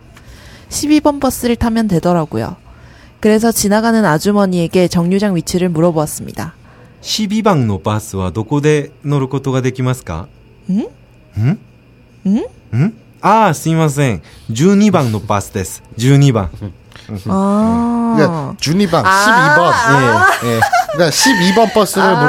C: 12번 버스를 타면 되더라고요. 그래서 지나가는 아주머니에게 정류장 위치를 물어보았습니다.
B: 12방 バスはどこで乗ることができますか?
C: 응?
B: 응?
C: 응?
B: 응? 아, すいません。12방 のバスです。12방.
C: 아.
A: 그러니까 준이방
C: 어. 아.
A: 12번.
B: 예, 예.
A: 그러니까 12번 버스를
C: 아.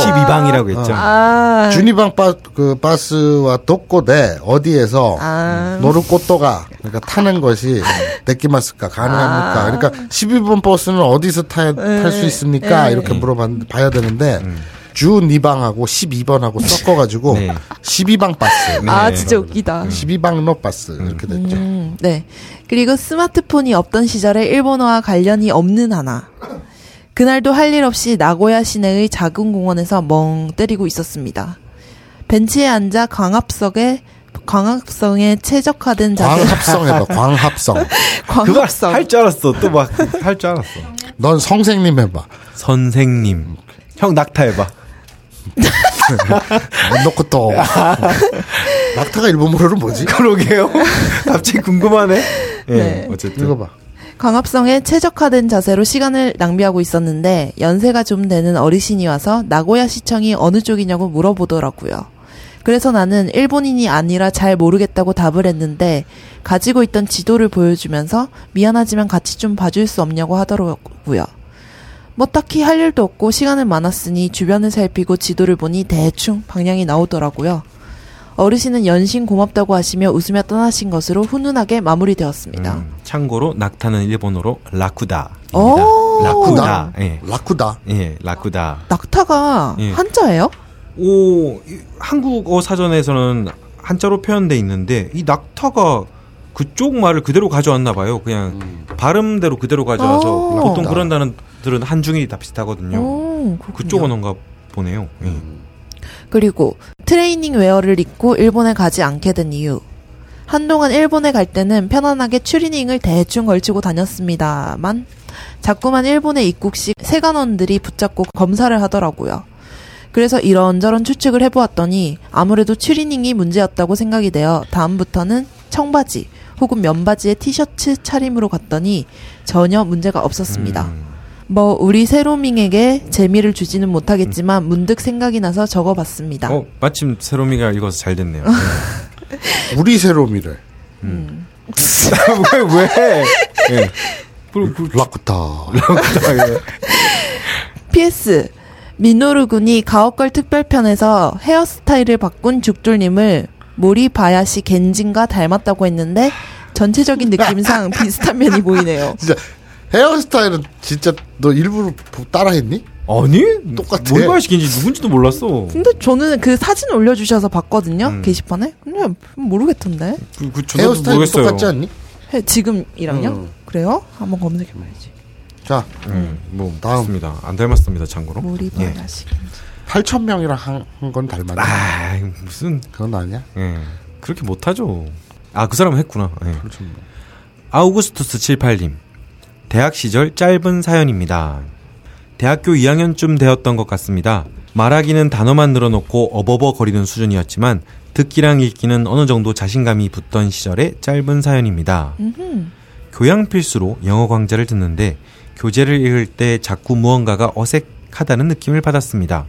A: 물어보려고
B: 12방이라고 했죠.
C: 아.
A: 준이방 바, 그 버스와 독고대 어디에서
C: 아.
A: 노루꼬또가 그러니까 타는 것이 데키마스까
C: 아.
A: 가능합니까? 그러니까 12번 버스는 어디서 탈
C: 네.
A: 수 있습니까? 이렇게 물어봐야 되는데 준 2방하고 12번하고 섞어가지고
B: 음. 네.
A: 12방 버스,
C: 아,
B: 네.
C: 진짜 웃기다.
A: 12방로 버스 이렇게 됐죠.
C: 음, 네. 그리고 스마트폰이 없던 시절에 일본어와 관련이 없는 하나. 그날도 할 일 없이 나고야 시내의 작은 공원에서 멍 때리고 있었습니다. 벤치에 앉아 광합석에 광합성에 최적화된 자세.
A: 광합성 해봐, 광합성.
B: 그거
C: [laughs] 광합성.
B: 할 줄 알았어. 또
C: [laughs]
B: 막 할 줄 알았어.
A: 넌 성생님 해봐.
B: 선생님. 형 낙타
C: [laughs]
B: 해봐.
A: 놓고
B: [laughs]
A: 또. 낙타가 뭐, 일본어로는 뭐지?
B: 그러게요. [laughs] 갑자기 궁금하네. 예,
C: 네.
B: 어쨌든.
A: 읽어봐.
C: 광합성에 최적화된 자세로 시간을 낭비하고 있었는데 연세가 좀 되는 어르신이 와서 나고야 시청이 어느 쪽이냐고 물어보더라고요. 그래서 나는 일본인이 아니라 잘 모르겠다고 답을 했는데 가지고 있던 지도를 보여주면서 미안하지만 같이 좀 봐줄 수 없냐고 하더라고요. 뭐 딱히 할 일도 없고 시간은 많았으니 주변을 살피고 지도를 보니 대충 방향이 나오더라고요. 어르신은 연신 고맙다고 하시며 웃으며 떠나신 것으로 훈훈하게 마무리되었습니다.
B: 음, 참고로 낙타는 일본어로 라쿠다입니다.
C: 오.
B: 라쿠다. 예.
A: 라쿠다.
B: 예, 라쿠다.
C: 낙타가
B: 예.
C: 한자예요?
B: 오, 이 한국어 사전에서는 한자로 표현돼 있는데 이 낙타가 그쪽 말을 그대로 가져왔나 봐요. 그냥 발음대로 그대로 가져와서
C: 오.
B: 보통
A: 낙타.
B: 그런 단어들은 한중이 다 비슷하거든요.
C: 오,
B: 음. 그쪽
C: 그렇군요.
B: 언어인가 보네요. 예.
A: 음.
C: 그리고 트레이닝 웨어를 입고 일본에 가지 않게 된 이유. 한동안 일본에 갈 때는 편안하게 추리닝을 대충 걸치고 다녔습니다만 자꾸만 일본에 입국 시 세관원들이 붙잡고 검사를 하더라고요. 그래서 이런저런 추측을 해보았더니 아무래도 추리닝이 문제였다고 생각이 되어 다음부터는 청바지 혹은 면바지에 티셔츠 차림으로 갔더니 전혀 문제가 없었습니다. 뭐 우리 세로밍에게 재미를 주지는 못하겠지만 문득 생각이 나서 적어봤습니다.
B: 어, 마침 세로미가 읽어서 잘
C: 음.
B: 됐네요.
A: 우리 세로미를. 음.
B: 왜 음. 왜? 예. 그리고 그-
A: 라쿠타. 예.
C: PS 민노루 군이 가옥걸 특별편에서 헤어스타일을 바꾼 죽돌님을 모리바야시 겐진과 닮았다고 했는데 전체적인 [laughs] 느낌상 비슷한 면이 보이네요.
A: 진짜 헤어스타일은 진짜 너 일부러 보- 따라했니?
B: 예. 아니
A: 똑같아.
B: 뭘가 시킨지 누군지도 몰랐어.
C: 근데 저는 그 사진 올려주셔서 봤거든요 게시판에. 근데 모르겠던데
B: 그, 그 저도
A: 헤어스타일 도
B: 모르겠어요.
A: 똑같지 않니?
C: 해- 지금이랑요? 그래요? 한번 검색해봐야지.
A: 자,
B: 음, 뭐
A: 다음.
B: 다음입니다. 안 닮았습니다. 참고로.
C: 뭐.
B: 예.
C: 모리바야시 겐진.
A: 8천 명이랑 한 건 닮았네.
B: 아 무슨
A: 그건 아니야.
B: 예. 그렇게 못하죠. 아, 그 사람은 했구나. 예. 아우구스투스 78님. 대학 시절 짧은 사연입니다. 대학교 2학년쯤 되었던 것 같습니다. 말하기는 단어만 늘어놓고 어버버 거리는 수준이었지만 듣기랑 읽기는 어느 정도 자신감이 붙던 시절의 짧은 사연입니다. 교양 필수로 영어 강좌를 듣는데 교재를 읽을 때 자꾸 무언가가 어색하다는 느낌을 받았습니다.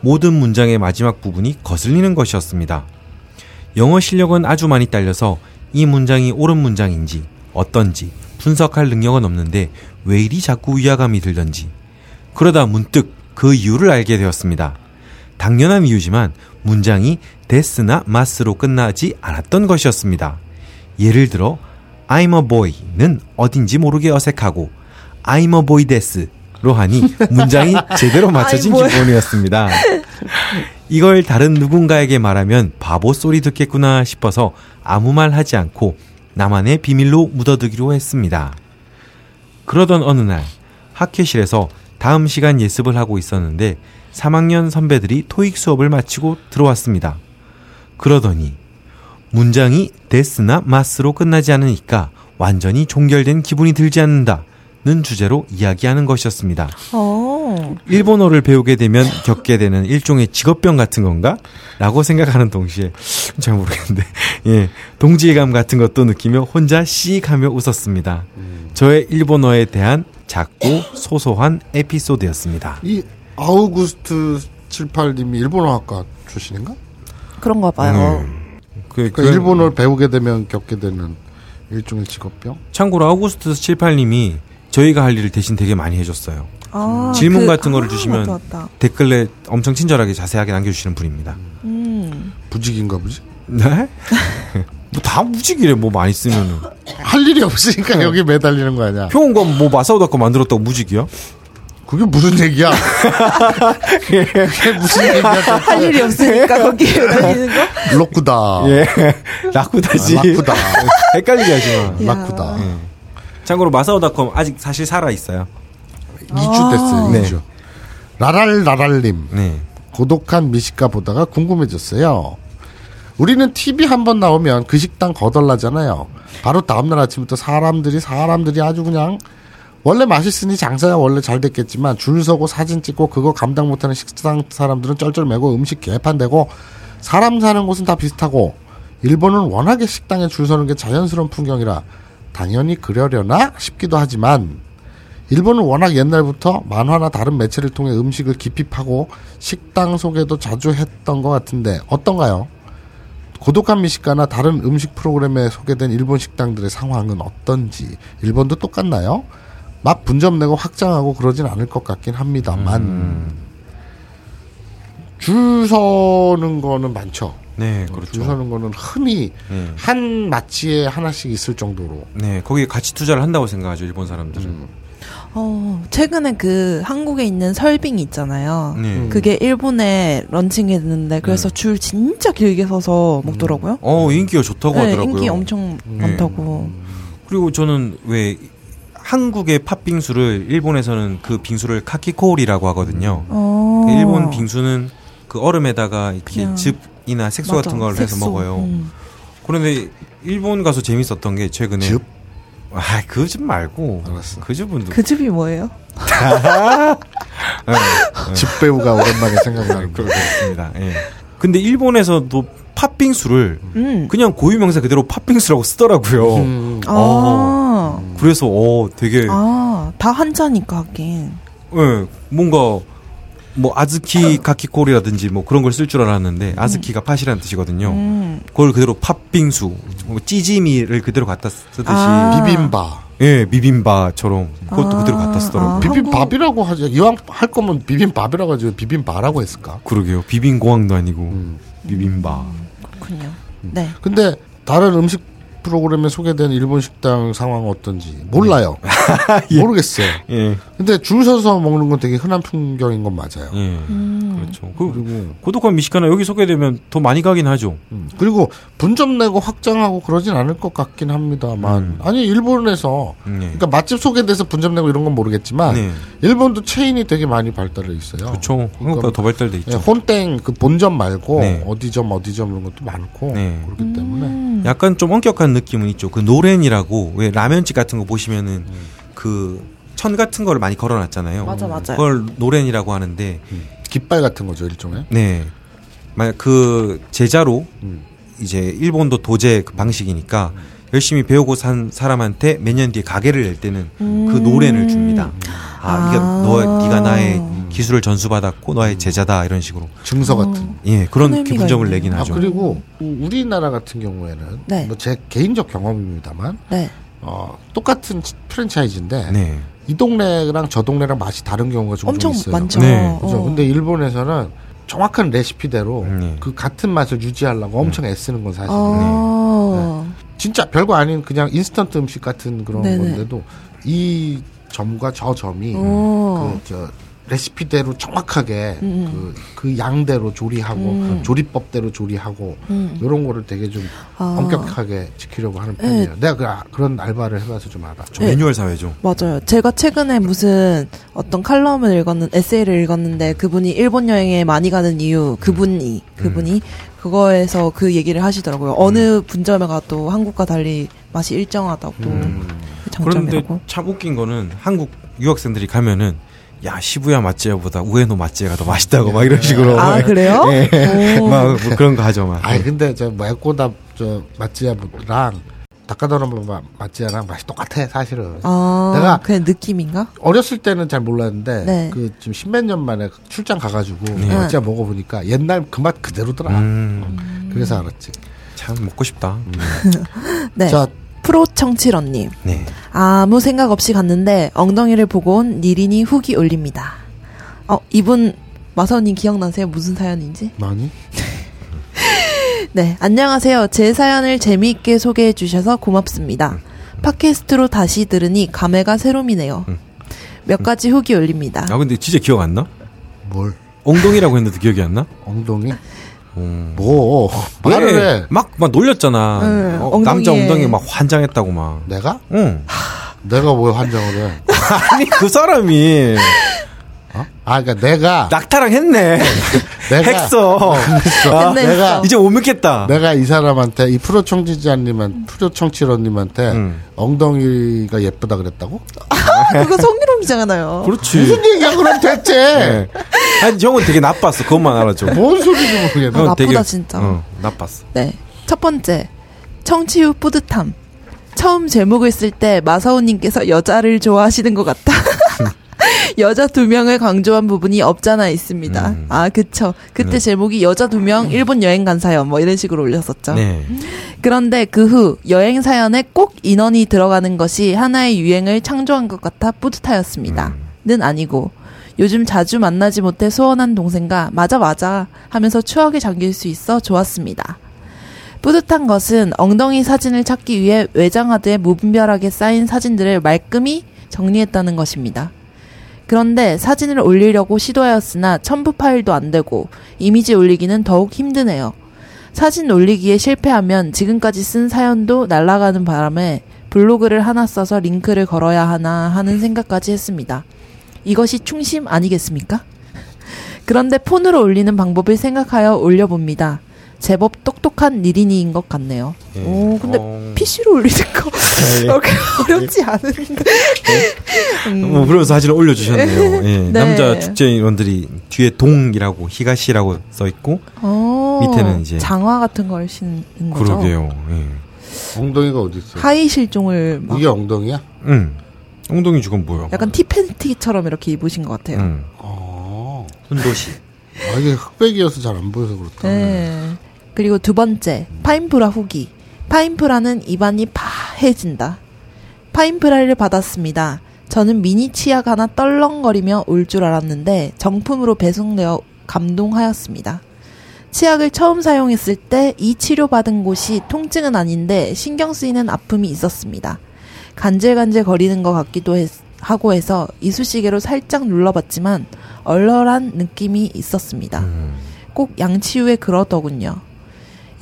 B: 모든 문장의 마지막 부분이 거슬리는 것이었습니다. 영어 실력은 아주 많이 딸려서 이 문장이 옳은 문장인지 어떤지 분석할 능력은 없는데 왜 이리 자꾸 위화감이 들던지 그러다 문득 그 이유를 알게 되었습니다. 당연한 이유지만 문장이 데스나 마스로 끝나지 않았던 것이었습니다. 예를 들어 I'm a boy는 어딘지 모르게 어색하고 I'm a boy 데스로 하니 문장이 제대로 맞춰진
C: 아이, 뭐야.
B: 기분이었습니다. 이걸 다른 누군가에게 말하면 바보 소리 듣겠구나 싶어서 아무 말 하지 않고 나만의 비밀로 묻어두기로 했습니다. 그러던 어느 날 학회실에서 다음 시간 예습을 하고 있었는데 3학년 선배들이 토익 수업을 마치고 들어왔습니다. 그러더니 문장이 데스나 마스로 끝나지 않으니까 완전히 종결된 기분이 들지 않는다는 주제로 이야기하는 것이었습니다.
C: 어.
B: 일본어를 배우게 되면 겪게 되는 일종의 직업병 같은 건가? 라고 생각하는 동시에 잘 모르겠는데 [laughs] 예 동질감 같은 것도 느끼며 혼자 씩 하며 웃었습니다. 저의 일본어에 대한 작고 소소한 에피소드였습니다.
A: 이 아우구스트 78님이 일본어학과 출신인가?
C: 그런가 봐요.
B: 그,
A: 그러니까 일본어를 배우게 되면 겪게 되는 일종의 직업병.
B: 참고로 아우구스투스 78님이 저희가 할 일을 대신 되게 많이 해줬어요.
C: 아,
B: 질문
C: 그-
B: 같은 거를
C: 아,
B: 주시면
C: 맞다, 맞다.
B: 댓글에 엄청 친절하게 자세하게 남겨주시는 분입니다.
C: 음.
A: 부직인가 보지?
B: 네? [laughs] 뭐 다 무직이래 뭐 많이 쓰면은
A: 할 일이
B: 네.
A: 없으니까 여기 매달리는 거 아니야?
B: 표온과 뭐 마사오다코 만들었다고 무직이야?
A: 그게 무슨
B: [laughs]
A: 얘기야?
B: 예.
A: 그게 무슨 얘기야?
C: 할 일이 없으니까 [laughs] 거기에 달리는 거?
A: 로쿠다.
B: 예 [laughs] 라쿠다지
A: 아, 라쿠다.
B: [laughs] 헷갈리게 하지만
A: 라쿠다.
B: 예. 참고로 마사오닷컴 아직 사실 살아 있어요.
A: 2주 됐어요.
B: 네.
A: 2주. 라랄라랄님.
B: 네.
A: 고독한 미식가 보다가 궁금해졌어요. 우리는 TV 한 번 나오면 그 식당 거덜나잖아요. 바로 다음날 아침부터 사람들이 사람들이 아주 그냥 원래 맛있으니 장사야 원래 잘 됐겠지만 줄 서고 사진 찍고 그거 감당 못하는 식당 사람들은 쩔쩔매고 음식 개판되고 사람 사는 곳은 다 비슷하고 일본은 워낙에 식당에 줄 서는 게 자연스러운 풍경이라 당연히 그러려나 싶기도 하지만 일본은 워낙 옛날부터 만화나 다른 매체를 통해 음식을 깊이 파고 식당 소개도 자주 했던 것 같은데 어떤가요? 고독한 미식가나 다른 음식 프로그램에 소개된 일본 식당들의 상황은 어떤지 일본도 똑같나요? 막 분점 내고 확장하고 그러진 않을 것 같긴 합니다만
B: 음.
A: 줄 서는 거는 많죠.
B: 네
A: 줄
B: 그렇죠.
A: 서는 거는 흔히
B: 네.
A: 한 맛지에 하나씩 있을 정도로
B: 네 거기에 같이 투자를 한다고 생각하죠 일본 사람들은.
C: 어, 최근에 그 한국에 있는 설빙 있잖아요.
B: 네.
A: 음.
C: 그게 일본에 런칭했는데 그래서 줄 진짜 길게 서서 먹더라고요.
B: 어 인기가 좋다고
C: 네,
B: 하더라고요. 음.
C: 인기 엄청 많다고.
B: 그리고 저는 왜 한국의 팥빙수를 일본에서는 그 빙수를 카키코올이라고 하거든요.
C: 어.
B: 그 일본 빙수는 그 얼음에다가 이렇게
C: 그냥-
B: 즙이나 색소
C: 맞아,
B: 같은 걸 해서
C: 색소.
B: 먹어요.
C: 음.
B: 그런데 일본 가서 재밌었던 게 최근에
A: 즙?
B: 아, 그 즙 말고
A: 알았어.
B: 그 즙은
C: 그 집이 뭐예요?
A: 집 배우가 오랜만에
B: [laughs]
A: 생각나는 거.
B: 예. 그렇습니다. 예. 근데 일본에서도 팥빙수를
C: 음.
B: 그냥 고유 명사 그대로 팥빙수라고 쓰더라고요.
A: 음.
C: 아.
B: 그래서 어 되게
C: 아, 다 한자니까 하긴.
B: 예, 뭔가 뭐 아즈키 가키콜이라든지 뭐 그런 걸 쓸 줄 알았는데 아즈키가 팥이라는 뜻이거든요.
C: 음.
B: 그걸 그대로 팥빙수, 뭐 찌짐이를 그대로 갖다 쓰듯이
C: 아.
A: 비빔밥.
B: 예 비빔바처럼 그것도
C: 아.
B: 그대로 갖다 쓰더라고요.
C: 아.
A: 비빔밥이라고 하죠. 이왕 할 거면 비빔밥이라고 하지 왜 비빔바라고 했을까?
B: 그러게요. 비빔공항도 아니고
A: 음.
B: 비빔바.
C: 그렇군요.
B: 음.
C: 네.
A: 근데 다른 음식 프로그램에 소개된 일본 식당 상황 은 어떤지
B: [laughs]
A: 몰라요. 모르겠어요.
B: 예,
A: 근데 줄 서서 먹는 건 되게 흔한 풍경인 건 맞아요.
B: 예,
C: 음.
B: 그렇죠. 그
A: 그리고
B: 고독한 미식가나 여기 소개되면 더 많이 가긴 하죠.
A: 음, 그리고 분점 내고 확장하고 그러진 않을 것 같긴 합니다만 아니 일본에서
B: 음, 예.
A: 그러니까 맛집 소개돼서 분점 내고 이런 건 모르겠지만
B: 네.
A: 일본도 체인이 되게 많이 발달해 있어요.
B: 그렇죠. 한국보다 더 발달돼
A: 예,
B: 있죠.
A: 혼땡 그 본점 말고
B: 네.
A: 어디점 어디점 이런 것도 많고
B: 네.
A: 그렇기 때문에
C: 음.
B: 약간 좀 엄격한 느낌은 있죠. 그 노렌이라고 왜 라면집 같은 거 보시면은
A: 음.
B: 그 천 같은 거를 많이 걸어놨잖아요.
C: 맞아, 맞아요.
B: 그걸 노렌이라고 하는데
A: 깃발 같은 거죠 일종의
B: 네 만약 그 제자로
A: 음.
B: 이제 일본도 도제 그 방식이니까 열심히 배우고 산 사람한테 몇 년 뒤에 가게를 낼 때는 그 노렌을 줍니다. 아,
C: 음. 아. 음.
B: 네가 너 네가 나의 기술을 전수받았고 너의 제자다 이런 식으로
C: 어.
A: 증서 같은.
B: 예 그런
C: 그런 의미가
B: 기분점을
C: 있네요.
B: 내긴
A: 아
B: 하죠.
A: 그리고 우- 우리나라 같은 경우에는
C: 네.
A: 뭐 제 개인적 경험입니다만
C: 네.
A: 어, 똑같은 치- 프랜차이즈인데
B: 네.
A: 이 동네랑 저 동네랑 맛이 다른 경우가 종종
C: 엄청
A: 있어요.
C: 많죠.
B: 네.
A: 그죠?
C: 어.
A: 근데 일본에서는 정확한 레시피대로
B: 네.
A: 그 같은 맛을 유지하려고 엄청 애쓰는 건 사실.
C: 어.
A: 이에요
B: 네.
C: 아.
A: 진짜 별거 아닌 그냥 인스턴트 음식 같은 그런
C: 네네.
A: 건데도 이 점과 저 점이
B: 음.
C: 어. 오.
A: 그 저 레시피대로 정확하게
C: 음,
A: 그, 그 양대로 조리하고 조리법대로 조리하고 이런 거를 되게 좀
C: 음. 아. 네.
A: 엄격하게 지키려고 하는 편이에요. 내가 그, 아- 그런 알바를 해봐서 좀 알아.
B: 좀 매뉴얼 사회죠.
C: 맞아요. 제가 최근에 무슨 어떤 칼럼을 읽었는 에세이를 읽었는데 그분이 일본 여행에 많이 가는 이유 그분이
A: 음.
C: 그분이 그거에서 그 얘기를 하시더라고요. 어느 분점에 가도 한국과 달리 맛이 일정하다고
A: 음.
C: 그
B: 그런데
C: 장점이라고.
B: 참 웃긴 거는 한국 유학생들이 가면은 야 시부야 맛집보다 우에노 맛집가 더 맛있다고 막 이런 식으로
C: 아 그래요?
A: 예.
B: [laughs]
C: 오.
B: 막뭐 그런 거 하죠 막.
A: 아니 근데 저 에코다 저 맛지야랑 닭가더라마 맛지야랑 맛이 똑같아 사실은.
C: 아
A: 내가
C: 그냥 느낌인가?
A: 어렸을 때는 잘 몰랐는데
C: 네.
A: 그 지금 십몇 년 만에 출장 가가지고 진짜 먹어보니까 옛날 그 맛 그대로더라.
B: 음,
A: 그래서 알았지.
B: 참 먹고 싶다.
C: 네.
A: 자
C: 프로 청칠언님.
B: 네.
C: 아무 생각 없이 갔는데 엉덩이를 보고 온 니린이 훅이 울립니다. 어, 이분 마사오님 기억나세요? 무슨 사연인지?
A: 아니?
C: 네, 안녕하세요. 제 사연을 재미있게 소개해 주셔서 고맙습니다. 팟캐스트로 다시 들으니 감회가 새롬이네요.
B: 음.
C: 몇 가지 훅이 울립니다.
B: 아 근데 진짜 기억 안 나?
A: 뭘?
B: 엉덩이라고 했는데 기억이 안 나?
A: 엉덩이?
C: 음. [laughs]
A: 뭐
B: 왜?
C: 예.
A: 말을 해?
B: 막, 막 놀렸잖아.
C: 응,
B: 어,
C: 네, 엉덩이에.
B: 남자 엉덩이 막 환장했다고 막.
A: 내가?
B: 응.
A: 내가 뭘 환장을 해?
B: 아니, 그 사람이
A: 어? 아, 그러니까 내가
B: 낙타랑 했네.
A: 내가
B: 했어. 아,
C: 근데
A: 내가-
C: 있어.
B: 이제 못 믿겠다.
A: 내가 이 사람한테 이 프로 청취자님한 프로 청취러님한테
B: 음.
A: 엉덩이가 예쁘다 그랬다고?
C: 아, 그거 성희롱이잖아요.
B: 그렇지.
A: 무슨 얘기야 그럼 대체?
B: 네.
C: 예.
B: 아니, 형은 되게 나빴어. 그것만 알아줘.
A: 뭔 소리지 모르겠네.
B: 형은
C: 뭐? 나쁘다, 진짜.
B: 어, 나빴어.
C: 네. 첫 번째. 청취 후 뿌듯함. 처음 제목을 쓸 때 마사오님께서 여자를 좋아하시는 것 같다. [laughs] 여자 두 명을 강조한 부분이 없잖아 있습니다.
B: 음.
C: 아, 그쵸.
B: 네.
C: 그때 제목이 여자 두 명 일본 여행 간 사연 뭐 이런 식으로 올렸었죠.
B: 네.
C: 그런데 그 후 여행 사연에 꼭 인원이 들어가는 것이 하나의 유행을 창조한 것 같아 뿌듯하였습니다. 는 아니고 요즘 자주 만나지 못해 소원한 동생과 맞아 맞아 하면서 추억에 잠길 수 있어 좋았습니다. 뿌듯한 것은 엉덩이 사진을 찾기 위해 외장하드에 무분별하게 쌓인 사진들을 말끔히 정리했다는 것입니다. 그런데 사진을 올리려고 시도하였으나 첨부 파일도 안 되고 이미지 올리기는 더욱 힘드네요. 사진 올리기에 실패하면 지금까지 쓴 사연도 날아가는 바람에 블로그를 하나 써서 링크를 걸어야 하나 하는 생각까지 했습니다. 이것이 충심 아니겠습니까? [laughs] 그런데 폰으로 올리는 방법을 생각하여 올려봅니다. 제법 똑똑한 니린이인 것 같네요.
B: 예.
C: 오, 근데
B: 어. 아, 예.
C: PC로 올리는 거 [laughs] 그렇게 어렵지 않은데.
B: 뭐 그러면서 사진을 올려주셨네요. 예.
C: 음. 네.
B: 남자 축제인원들이 뒤에 동이라고 히가시라고 써 있고
C: 어,
B: 밑에는 이제-
C: 장화 같은 걸 신는 거죠.
B: 그러게요. 예.
A: 엉덩이가 어디 있어?
C: 하이 실종을 막
A: 이게 엉덩이야?
B: 응. 엉덩이 주건 뭐야?
C: 약간 티팬티처럼 이렇게 입으신 것 같아요.
A: 음.
B: 응.
A: 어.
B: 손도시.
A: 아, 이게 흑백이어서 잘 안 보여서 그렇다.
C: 네. 그리고 두 번째, 파인프라 후기. 파인프라는 입안이 파해진다. 파인프라를 받았습니다. 저는 미니 치약 하나 떨렁거리며 올 줄 알았는데 정품으로 배송되어 감동하였습니다. 치약을 처음 사용했을 때 이 치료받은 곳이 통증은 아닌데 신경 쓰이는 아픔이 있었습니다. 간질간질 거리는 것 같기도 했- 하고 해서 이쑤시개로 살짝 눌러봤지만 얼얼한 느낌이 있었습니다. 꼭 양치 후에 그러더군요.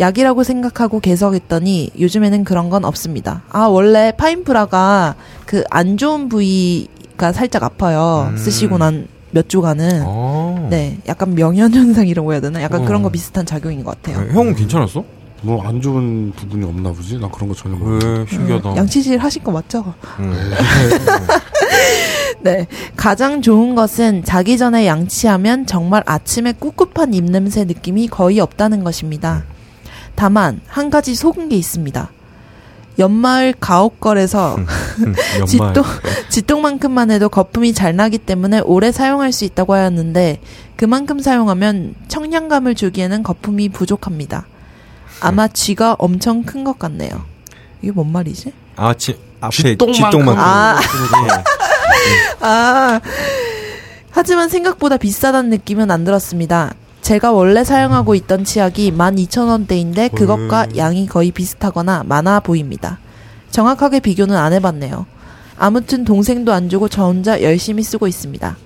C: 약이라고 생각하고 계속했더니 요즘에는 그런 건 없습니다. 아 원래 파인프라가 그 안 좋은 부위가 살짝 아파요.
B: 음.
C: 쓰시고 난 몇 주간은
B: 아.
C: 네, 약간 명현 현상 이라고 해야 되나? 약간
B: 어.
C: 그런 거 비슷한 작용인 것 같아요.
B: 네, 형은 괜찮았어?
A: 뭐 안 좋은 부분이 없나 보지? 난 그런 거
C: 음.
A: 전혀 모르.
B: 왜 신기하다.
C: 양치질 하신 거 맞죠? [laughs]
B: 응.
C: 네. 가장 좋은 것은 자기 전에 양치하면 정말 아침에 꿉꿉한 입냄새 느낌이 거의 없다는 것입니다.
B: 네.
C: 다만, 한 가지 속은 게 있습니다. 연마을 가옥걸에서
B: 음. 연말.
C: [laughs] 지똥, 지똥만큼만 해도 거품이 잘 나기 때문에 오래 사용할 수 있다고 하였는데 그만큼 사용하면 청량감을 주기에는 거품이 부족합니다. 아마
B: 네.
C: 쥐가 엄청 큰 것 같네요. 이게 뭔 말이지?
B: 아, 지, 앞에
A: 쥐똥만큼.
B: 쥐똥만큼.
C: 아.
B: 예.
C: 아. 하지만 생각보다 비싸다는 느낌은 안 들었습니다. 제가 원래 사용하고 있던 치약이 12,000원대인데 그것과 양이 거의 비슷하거나 많아 보입니다. 정확하게 비교는 안 해봤네요. 아무튼 동생도 안 주고 저 혼자 열심히 쓰고 있습니다.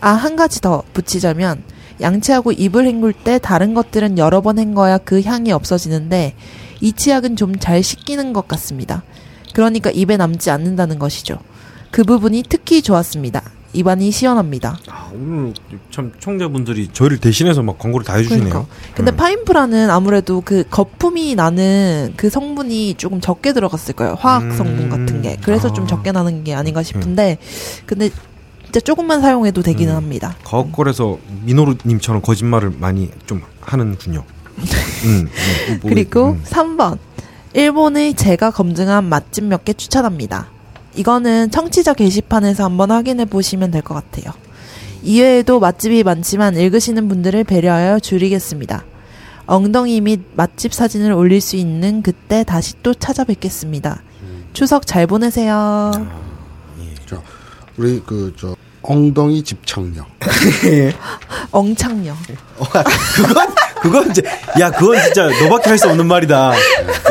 C: 아, 한 가지 더 붙이자면 양치하고 입을 헹굴 때 다른 것들은 여러 번 헹궈야 그 향이 없어지는데 이 치약은 좀 잘 씻기는 것 같습니다. 그러니까 입에 남지 않는다는 것이죠. 그 부분이 특히 좋았습니다. 입안이 시원합니다.
B: 아, 오늘 참 청자분들이 저희를 대신해서 막 광고를 다 해주시네요. 음.
C: 그러니까. 근데 파인프라는 아무래도 그 거품이 나는 그 성분이 조금 적게 들어갔을 거예요. 화학
B: 음.
C: 성분 같은 게. 그래서
B: 아.
C: 좀 적게 나는 게 아닌가 싶은데 근데 진짜 조금만 사용해도
B: 음.
C: 되기는 합니다.
B: 거걸에서 민호루님처럼 거짓말을 많이 좀 하는군요. 음, 음, 뭐,
C: 그리고
B: 음.
C: 3번. 일본의 제가 검증한 맛집 몇 개 추천합니다. 이거는 청취자 게시판에서 한번 확인해 보시면 될 것 같아요. 이외에도 맛집이 많지만 읽으시는 분들을 배려하여 줄이겠습니다. 엉덩이 및 맛집 사진을 올릴 수 있는 그때 다시 또 찾아뵙겠습니다. 추석 잘 보내세요.
A: 저 우리 그 저 엉덩이 집착력.
C: 엉창녀.
B: 아, 그건 그건 이제 야 그건 진짜 너밖에 할 수 없는 말이다.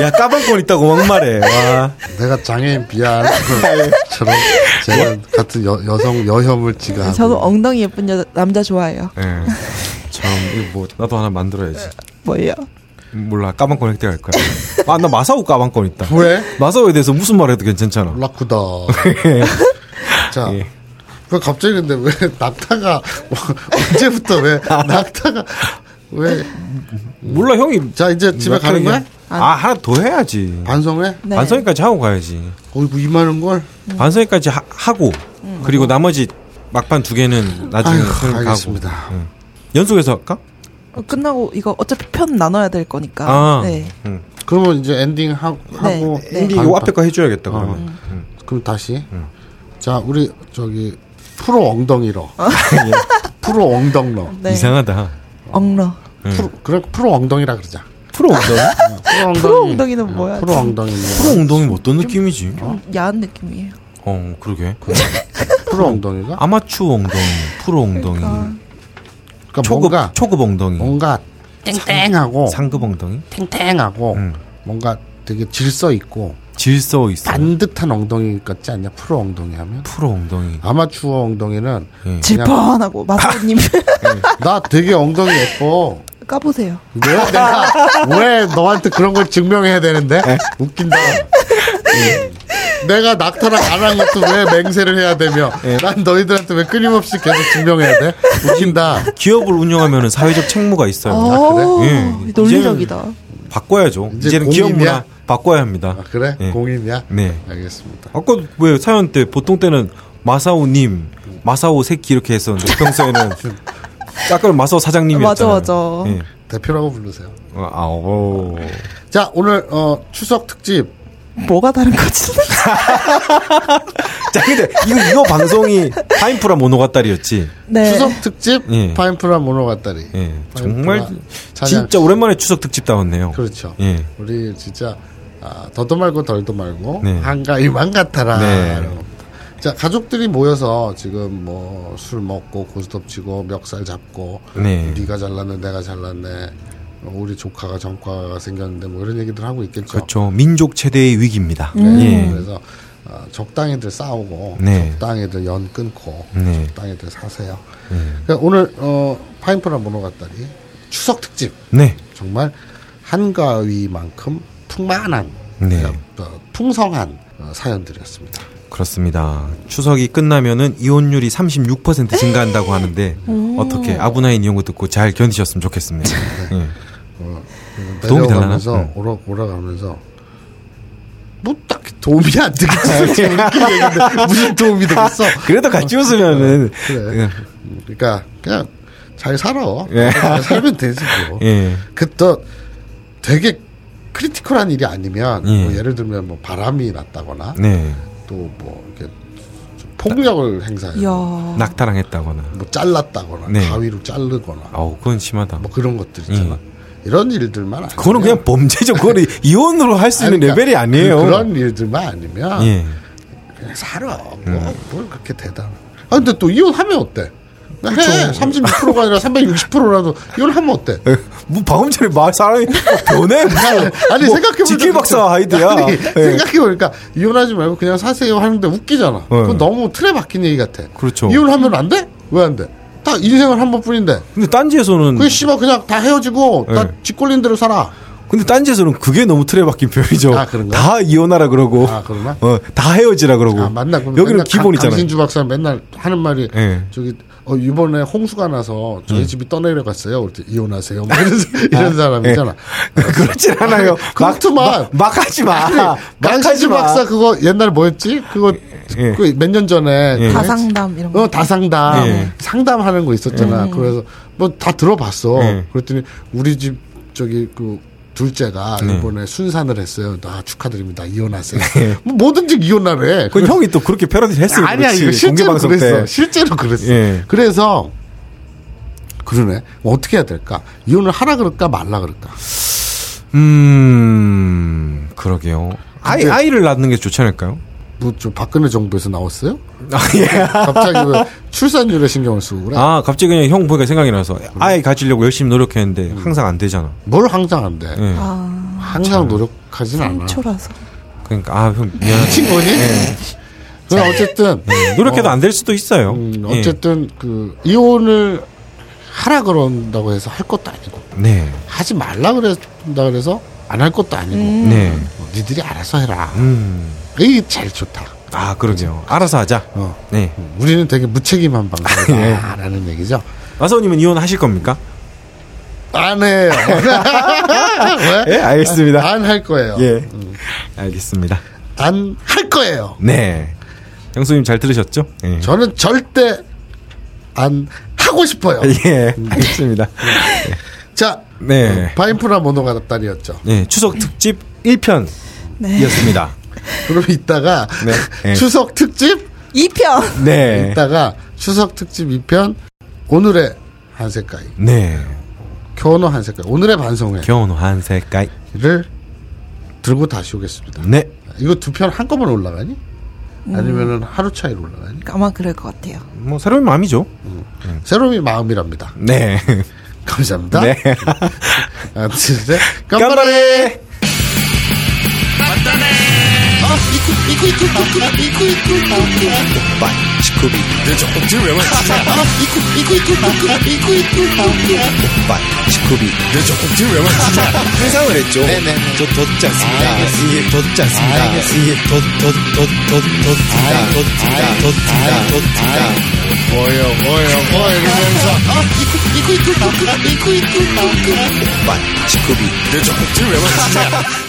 B: 야 까방권 있다고 막말해. 와.
A: 내가 장애인 비하처럼 제가 같은 여, 여성 여혐을
B: 네.
A: 지가
C: 저도 엉덩이 예쁜 여, 남자 좋아해요.
B: 예. 참 이거 뭐 나도 하나 만들어야지.
C: 뭐예요?
B: 몰라 까방권 획득할 거야. 아 나 마사오 까방권 있다.
A: 왜?
B: 마사오에 대해서 무슨 말해도 괜찮잖아.
A: 라쿠다. 자.
B: 예.
A: 왜 갑자기 근데 왜 낙타가 [laughs] 언제부터 왜 낙타가 왜 자
B: 몰라 형이
A: 이제 집에 가는 거야?
B: 아 하나 더 해야지.
A: 반성해?
C: 네. 음.
B: 반성회까지 하고 가야지.
A: 뭐 어이구 이만한 걸?
B: 반성회까지 하, 고 그리고 나머지 막판 두 개는 나중에
A: 아이고,
B: 손을 가고.
A: 알겠습니다.
B: 응. 연속해서 할까?
C: 어, 끝나고 이거 어차피 편 나눠야 될 거니까.
B: 아,
C: 네.
B: 응.
A: 그러면 이제 엔딩 하, 하고
C: 네.
B: 이
A: 반-
B: 앞에 거 해줘야겠다 그러면.
A: 그럼 다시 자 우리 저기 프로 엉덩이러 프로 엉덩러
C: 네.
B: 이상하다.
C: 엉러.
A: 프로, 그래 프로 엉덩이라 그러자
B: 음.
A: 어,
B: 프로
A: [laughs]
B: 엉덩이?
A: 프로 엉덩이
C: 프로 엉덩이는 뭐야?
A: 프로 엉덩이
C: 아,
B: 프로 엉덩이 어떤 느낌이지? 어,
C: 야한 느낌이에요.
B: 음, 그러게.
A: 프로 엉덩이가
B: 아마추어 엉덩이, 프로 엉덩이,
A: 그러니까
B: 초급
A: 뭔가
B: 초급 엉덩이,
A: 뭔가 땡땡하고
B: 상급 엉덩이,
A: 탱탱하고
B: 음.
A: 뭔가 되게 질서 있고
B: 질서 있어.
A: 반듯한 엉덩이 같지 않냐 프로 엉덩이 하면
B: 프로 엉덩이.
A: 아마추어 엉덩이는
B: 예.
C: 질펀하고 마사오님 [laughs]
A: 나 되게 엉덩이 예뻐
C: 까보세요.
A: 왜 내가 왜 너한테 그런 걸 증명해야 되는데 웃긴다. 음. 내가 낙타랑 안 한 것도 왜 맹세를 해야 되며 난 너희들한테 왜 끊임없이 계속 증명해야 돼? 웃긴다. 아,
B: 기업을 운영하면 사회적 책무가 있어요.
C: 오,
B: 아, 예.
C: 논리적이다.
B: 바꿔야죠.
A: 이제
B: 이제는 기업 문화
A: 공인이야?
B: 바꿔야 합니다.
A: 아, 그래?
B: 예.
A: 공인이야?
B: 네.
A: 알겠습니다.
B: 아까 왜 사연 때 보통 때는 마사오님, 마사오 새끼 이렇게 했었는데
A: [laughs]
B: 평소에는 아까는 마사오 사장님이었잖아요.
C: 맞아, 맞아.
B: 예.
A: 대표라고 부르세요.
B: 어, 아, 오.
A: 자 오늘 어, 추석 특집
C: 뭐가 다른 거지?
B: 자, 근데 이거 이거 방송이 파인프라 모노가딸이었지.
C: 네.
A: 추석 특집
B: 예.
A: 파인프라 모노가다리.
B: 예. 정말
A: 찬양.
B: 진짜 오랜만에 추석 특집 다웠네요.
A: 그렇죠.
B: 예.
A: 우리 진짜 아, 더도 말고 덜도 말고
B: 네.
A: 한가위만 같아라.
B: 네.
A: 이런 겁니다. 자 가족들이 모여서 지금 뭐 술 먹고 고스톱 치고 멱살 잡고
B: 네.
A: 네가 잘났네 내가 잘났네 어, 우리 조카가 전과가 생겼는데 뭐 이런 얘기들 하고 있겠죠.
B: 그렇죠. 민족 최대의 위기입니다.
C: 음.
A: 네.
B: 예.
A: 그래서 어, 적당히들 싸우고
B: 네.
A: 적당히들 연 끊고
B: 네.
A: 적당히들 사세요. 그러니까 오늘 어, 파인프라 모노가다리 추석 특집
B: 네.
A: 정말 한가위만큼 풍만한
B: 네.
A: 어, 풍성한 어, 사연들이었습니다.
B: 그렇습니다. 추석이 끝나면은 이혼율이 36% 증가한다고 하는데
A: 음.
B: 어떻게 아브나인 이런 거 듣고 잘 견디셨으면
A: [laughs]
B: 좋겠습니다. 예. 도움이 되려나? 네.
A: 내려가면서
B: 응.
A: 오라 오라가면서 뭐 딱히 도움이 안 되겠지. 이렇게 얘기인데 무슨 도움이 되겠어?
B: [laughs] 그래도 네.
A: [laughs]
B: 같이 웃으면은
A: 그래. 음, 그러니까 그냥 잘 살아.
B: 예.
A: 잘 살면 되지 뭐.
B: 예.
A: 그또 되게 크리티컬한 일이 아니면
B: 예.
A: 뭐 예를 들면 뭐 바람이 났다거나
B: 네.
A: 또 뭐 이렇게 좀 폭력을 행사해.
C: 이야.
A: 어.
B: 낙타랑 했다거나.
A: 뭐 잘랐다거나
B: 네.
A: 가위로 자르거나
B: 아우, 그건 심하다.
A: 뭐 그런 것들 있잖아. 이런 일들만 아니면
B: 음. 그거는 그냥
A: [laughs]
B: 범죄죠. 그거를 이혼으로 할 수 있는
A: 아니, 그러니까
B: 레벨이 아니에요.
A: 그, 그런 일들만 아니면
B: 예. 음.
A: 그냥 살아. 뭐, 뭘 그렇게 대단. 아 근데 또 이혼하면 어때? 나
B: 그렇죠.
A: 해. 36%가 아니라 360%라도 이혼하면
B: [laughs]
A: 어때?
B: 에, 뭐 방금 전에 말 사람이 뭐 변해 무슨
A: 아니
B: 뭐
A: 생각해보니까 그렇죠.
B: 지킬 박사 아이디야.
A: 아니,
B: 예.
A: 생각해보니까 이혼하지 말고 그냥 사세요 하는데 웃기잖아. 그건 너무 틀에 박힌 얘기 같아.
B: 예. 그렇죠.
A: 이혼하면 안 돼? 왜 안 돼? 다 인생을 한 번뿐인데.
B: 근데 딴지에서는
A: 그 씨발 그냥 다 헤어지고 다
B: 음. 예.
A: 짓꼴린 대로 살아.
B: 근데 딴지에서는 그게 너무 틀에 박힌 표현이죠.
A: 아, 그런가?
B: 다 이혼하라 그러고,
A: 아, 그러나?
B: 어, 다 헤어지라 그러고.
A: 아, 맞나? 그럼
B: 여기는
A: 맨날 강-
B: 기본이잖아요.
A: 강신주 박사 맨날 하는 말이
B: 예.
A: 저기 어, 이번에 홍수가 나서 저희 집이 떠내려갔어요. 그때 이혼하세요. 뭐 이런, 이런
B: 예.
A: 사람이잖아.
B: [laughs] 그렇진 않아요.
A: 그렇지만
B: 막, 막 하지 마. 막 하지
A: 강신주
B: 마.
A: 박사 그거 옛날 뭐였지? 그거
B: 예.
A: 몇 년 전에
B: 예.
A: 그
C: 다상담 이런 거.
A: 어, 다상담.
B: 예.
A: 상담하는 거 있었잖아. 그래서 뭐 다 들어봤어.
B: 예.
A: 그랬더니 우리 집 저기 그 둘째가
B: 네.
A: 이번에 순산을 했어요. 아, 축하드립니다. 이혼하세요. 뭐 뭐든지 이혼하래.
B: 예. 그 형이 또 그렇게 패러디를 했어요.
A: 아니야 이거 실제로
B: 공개방송
A: 그랬어.
B: 때.
A: 실제로 그랬어.
B: 예.
A: 그래서 그러네. 어떻게 해야 될까? 이혼을 하라 그럴까 말라 그럴까?
B: 음, 그러게요. 아이
A: 근데-
B: 아이를 낳는 게 좋지 않을까요?
A: 뭐저 박근혜 정부에서 나왔어요?
B: 아 예.
A: [laughs] 갑자기 왜 출산율에 신경을 쓰고 그래?
B: 아 갑자기 그냥 형 보니까 생각이 나서 아이 가지려고 열심히 노력했는데 항상 안 되잖아.
A: 뭘 항상 안 돼?
B: 예.
C: 아,
A: 항상 노력하진 않아.
C: 초라서.
B: 그러니까 아 형 미안.
A: 친구니? 그럼 어쨌든
B: 예. 노력해도 안 될 수도 있어요.
A: 음,
B: 예.
A: 어쨌든 그 이혼을 하라 그런다고 해서 할 것도 아니고
B: 네.
A: 하지 말라 그랬다 그래서 안 할 것도 아니고
B: 네.
A: 어, 니들이 알아서 해라.
B: 음.
A: 이게 제일 좋다.
B: 아 그러게요. 알아서 하자.
A: 어.
B: 네.
A: 우리는 되게 무책임한
B: 아, 예.
A: 방송이다라는 얘기죠.
B: 마사오님은 이혼하실 겁니까?
A: 안 해요. [laughs]
B: 예, 알겠습니다.
A: 안 할 거예요.
B: 예. 알겠습니다.
A: 안 할 거예요.
B: 네. 형수님 잘 들으셨죠? 예.
A: 저는 절대 안 하고 싶어요.
B: 예. [laughs] 알겠습니다.
A: 자,
B: 네.
A: 파인프라 모노가 답단이었죠.
B: 네. 추석 특집 1편.
C: 네.
B: 이었습니다.
A: 그럼 이따가
B: 네. 예.
A: 추석 특집,
C: 2편!
B: 네.
A: 이따가 추석 특집 2편 오늘의 한 색깔,
B: 네.
A: 겨우노 한 색깔, 오늘의 반성회를
B: 겨우 한 색깔.
A: 들고 다시 오겠습니다.
B: 네.
A: 이거 두 편 한꺼번에 올라가니? 아니면은 하루 차이로 올라가니?
C: 아마 그럴 것 같아요.
B: 뭐 새로운 마음이죠.
A: 새로운 마음이랍니다.
B: 네. [laughs]
A: 감사합니다.
B: 네.
A: 아, 진짜 깜빡이.
B: 깜발해.
E: 회상을 했죠. 네네. 저 덧짰습니다. 이게 덧짰습니다. 이게 덧덧덧덧덧덧다. 덧다. 덧다. 덧다.
A: 뭐요, 뭐요, 뭐 이러면서.
E: 맞. 직구비. 내 적극 들왜 맞지?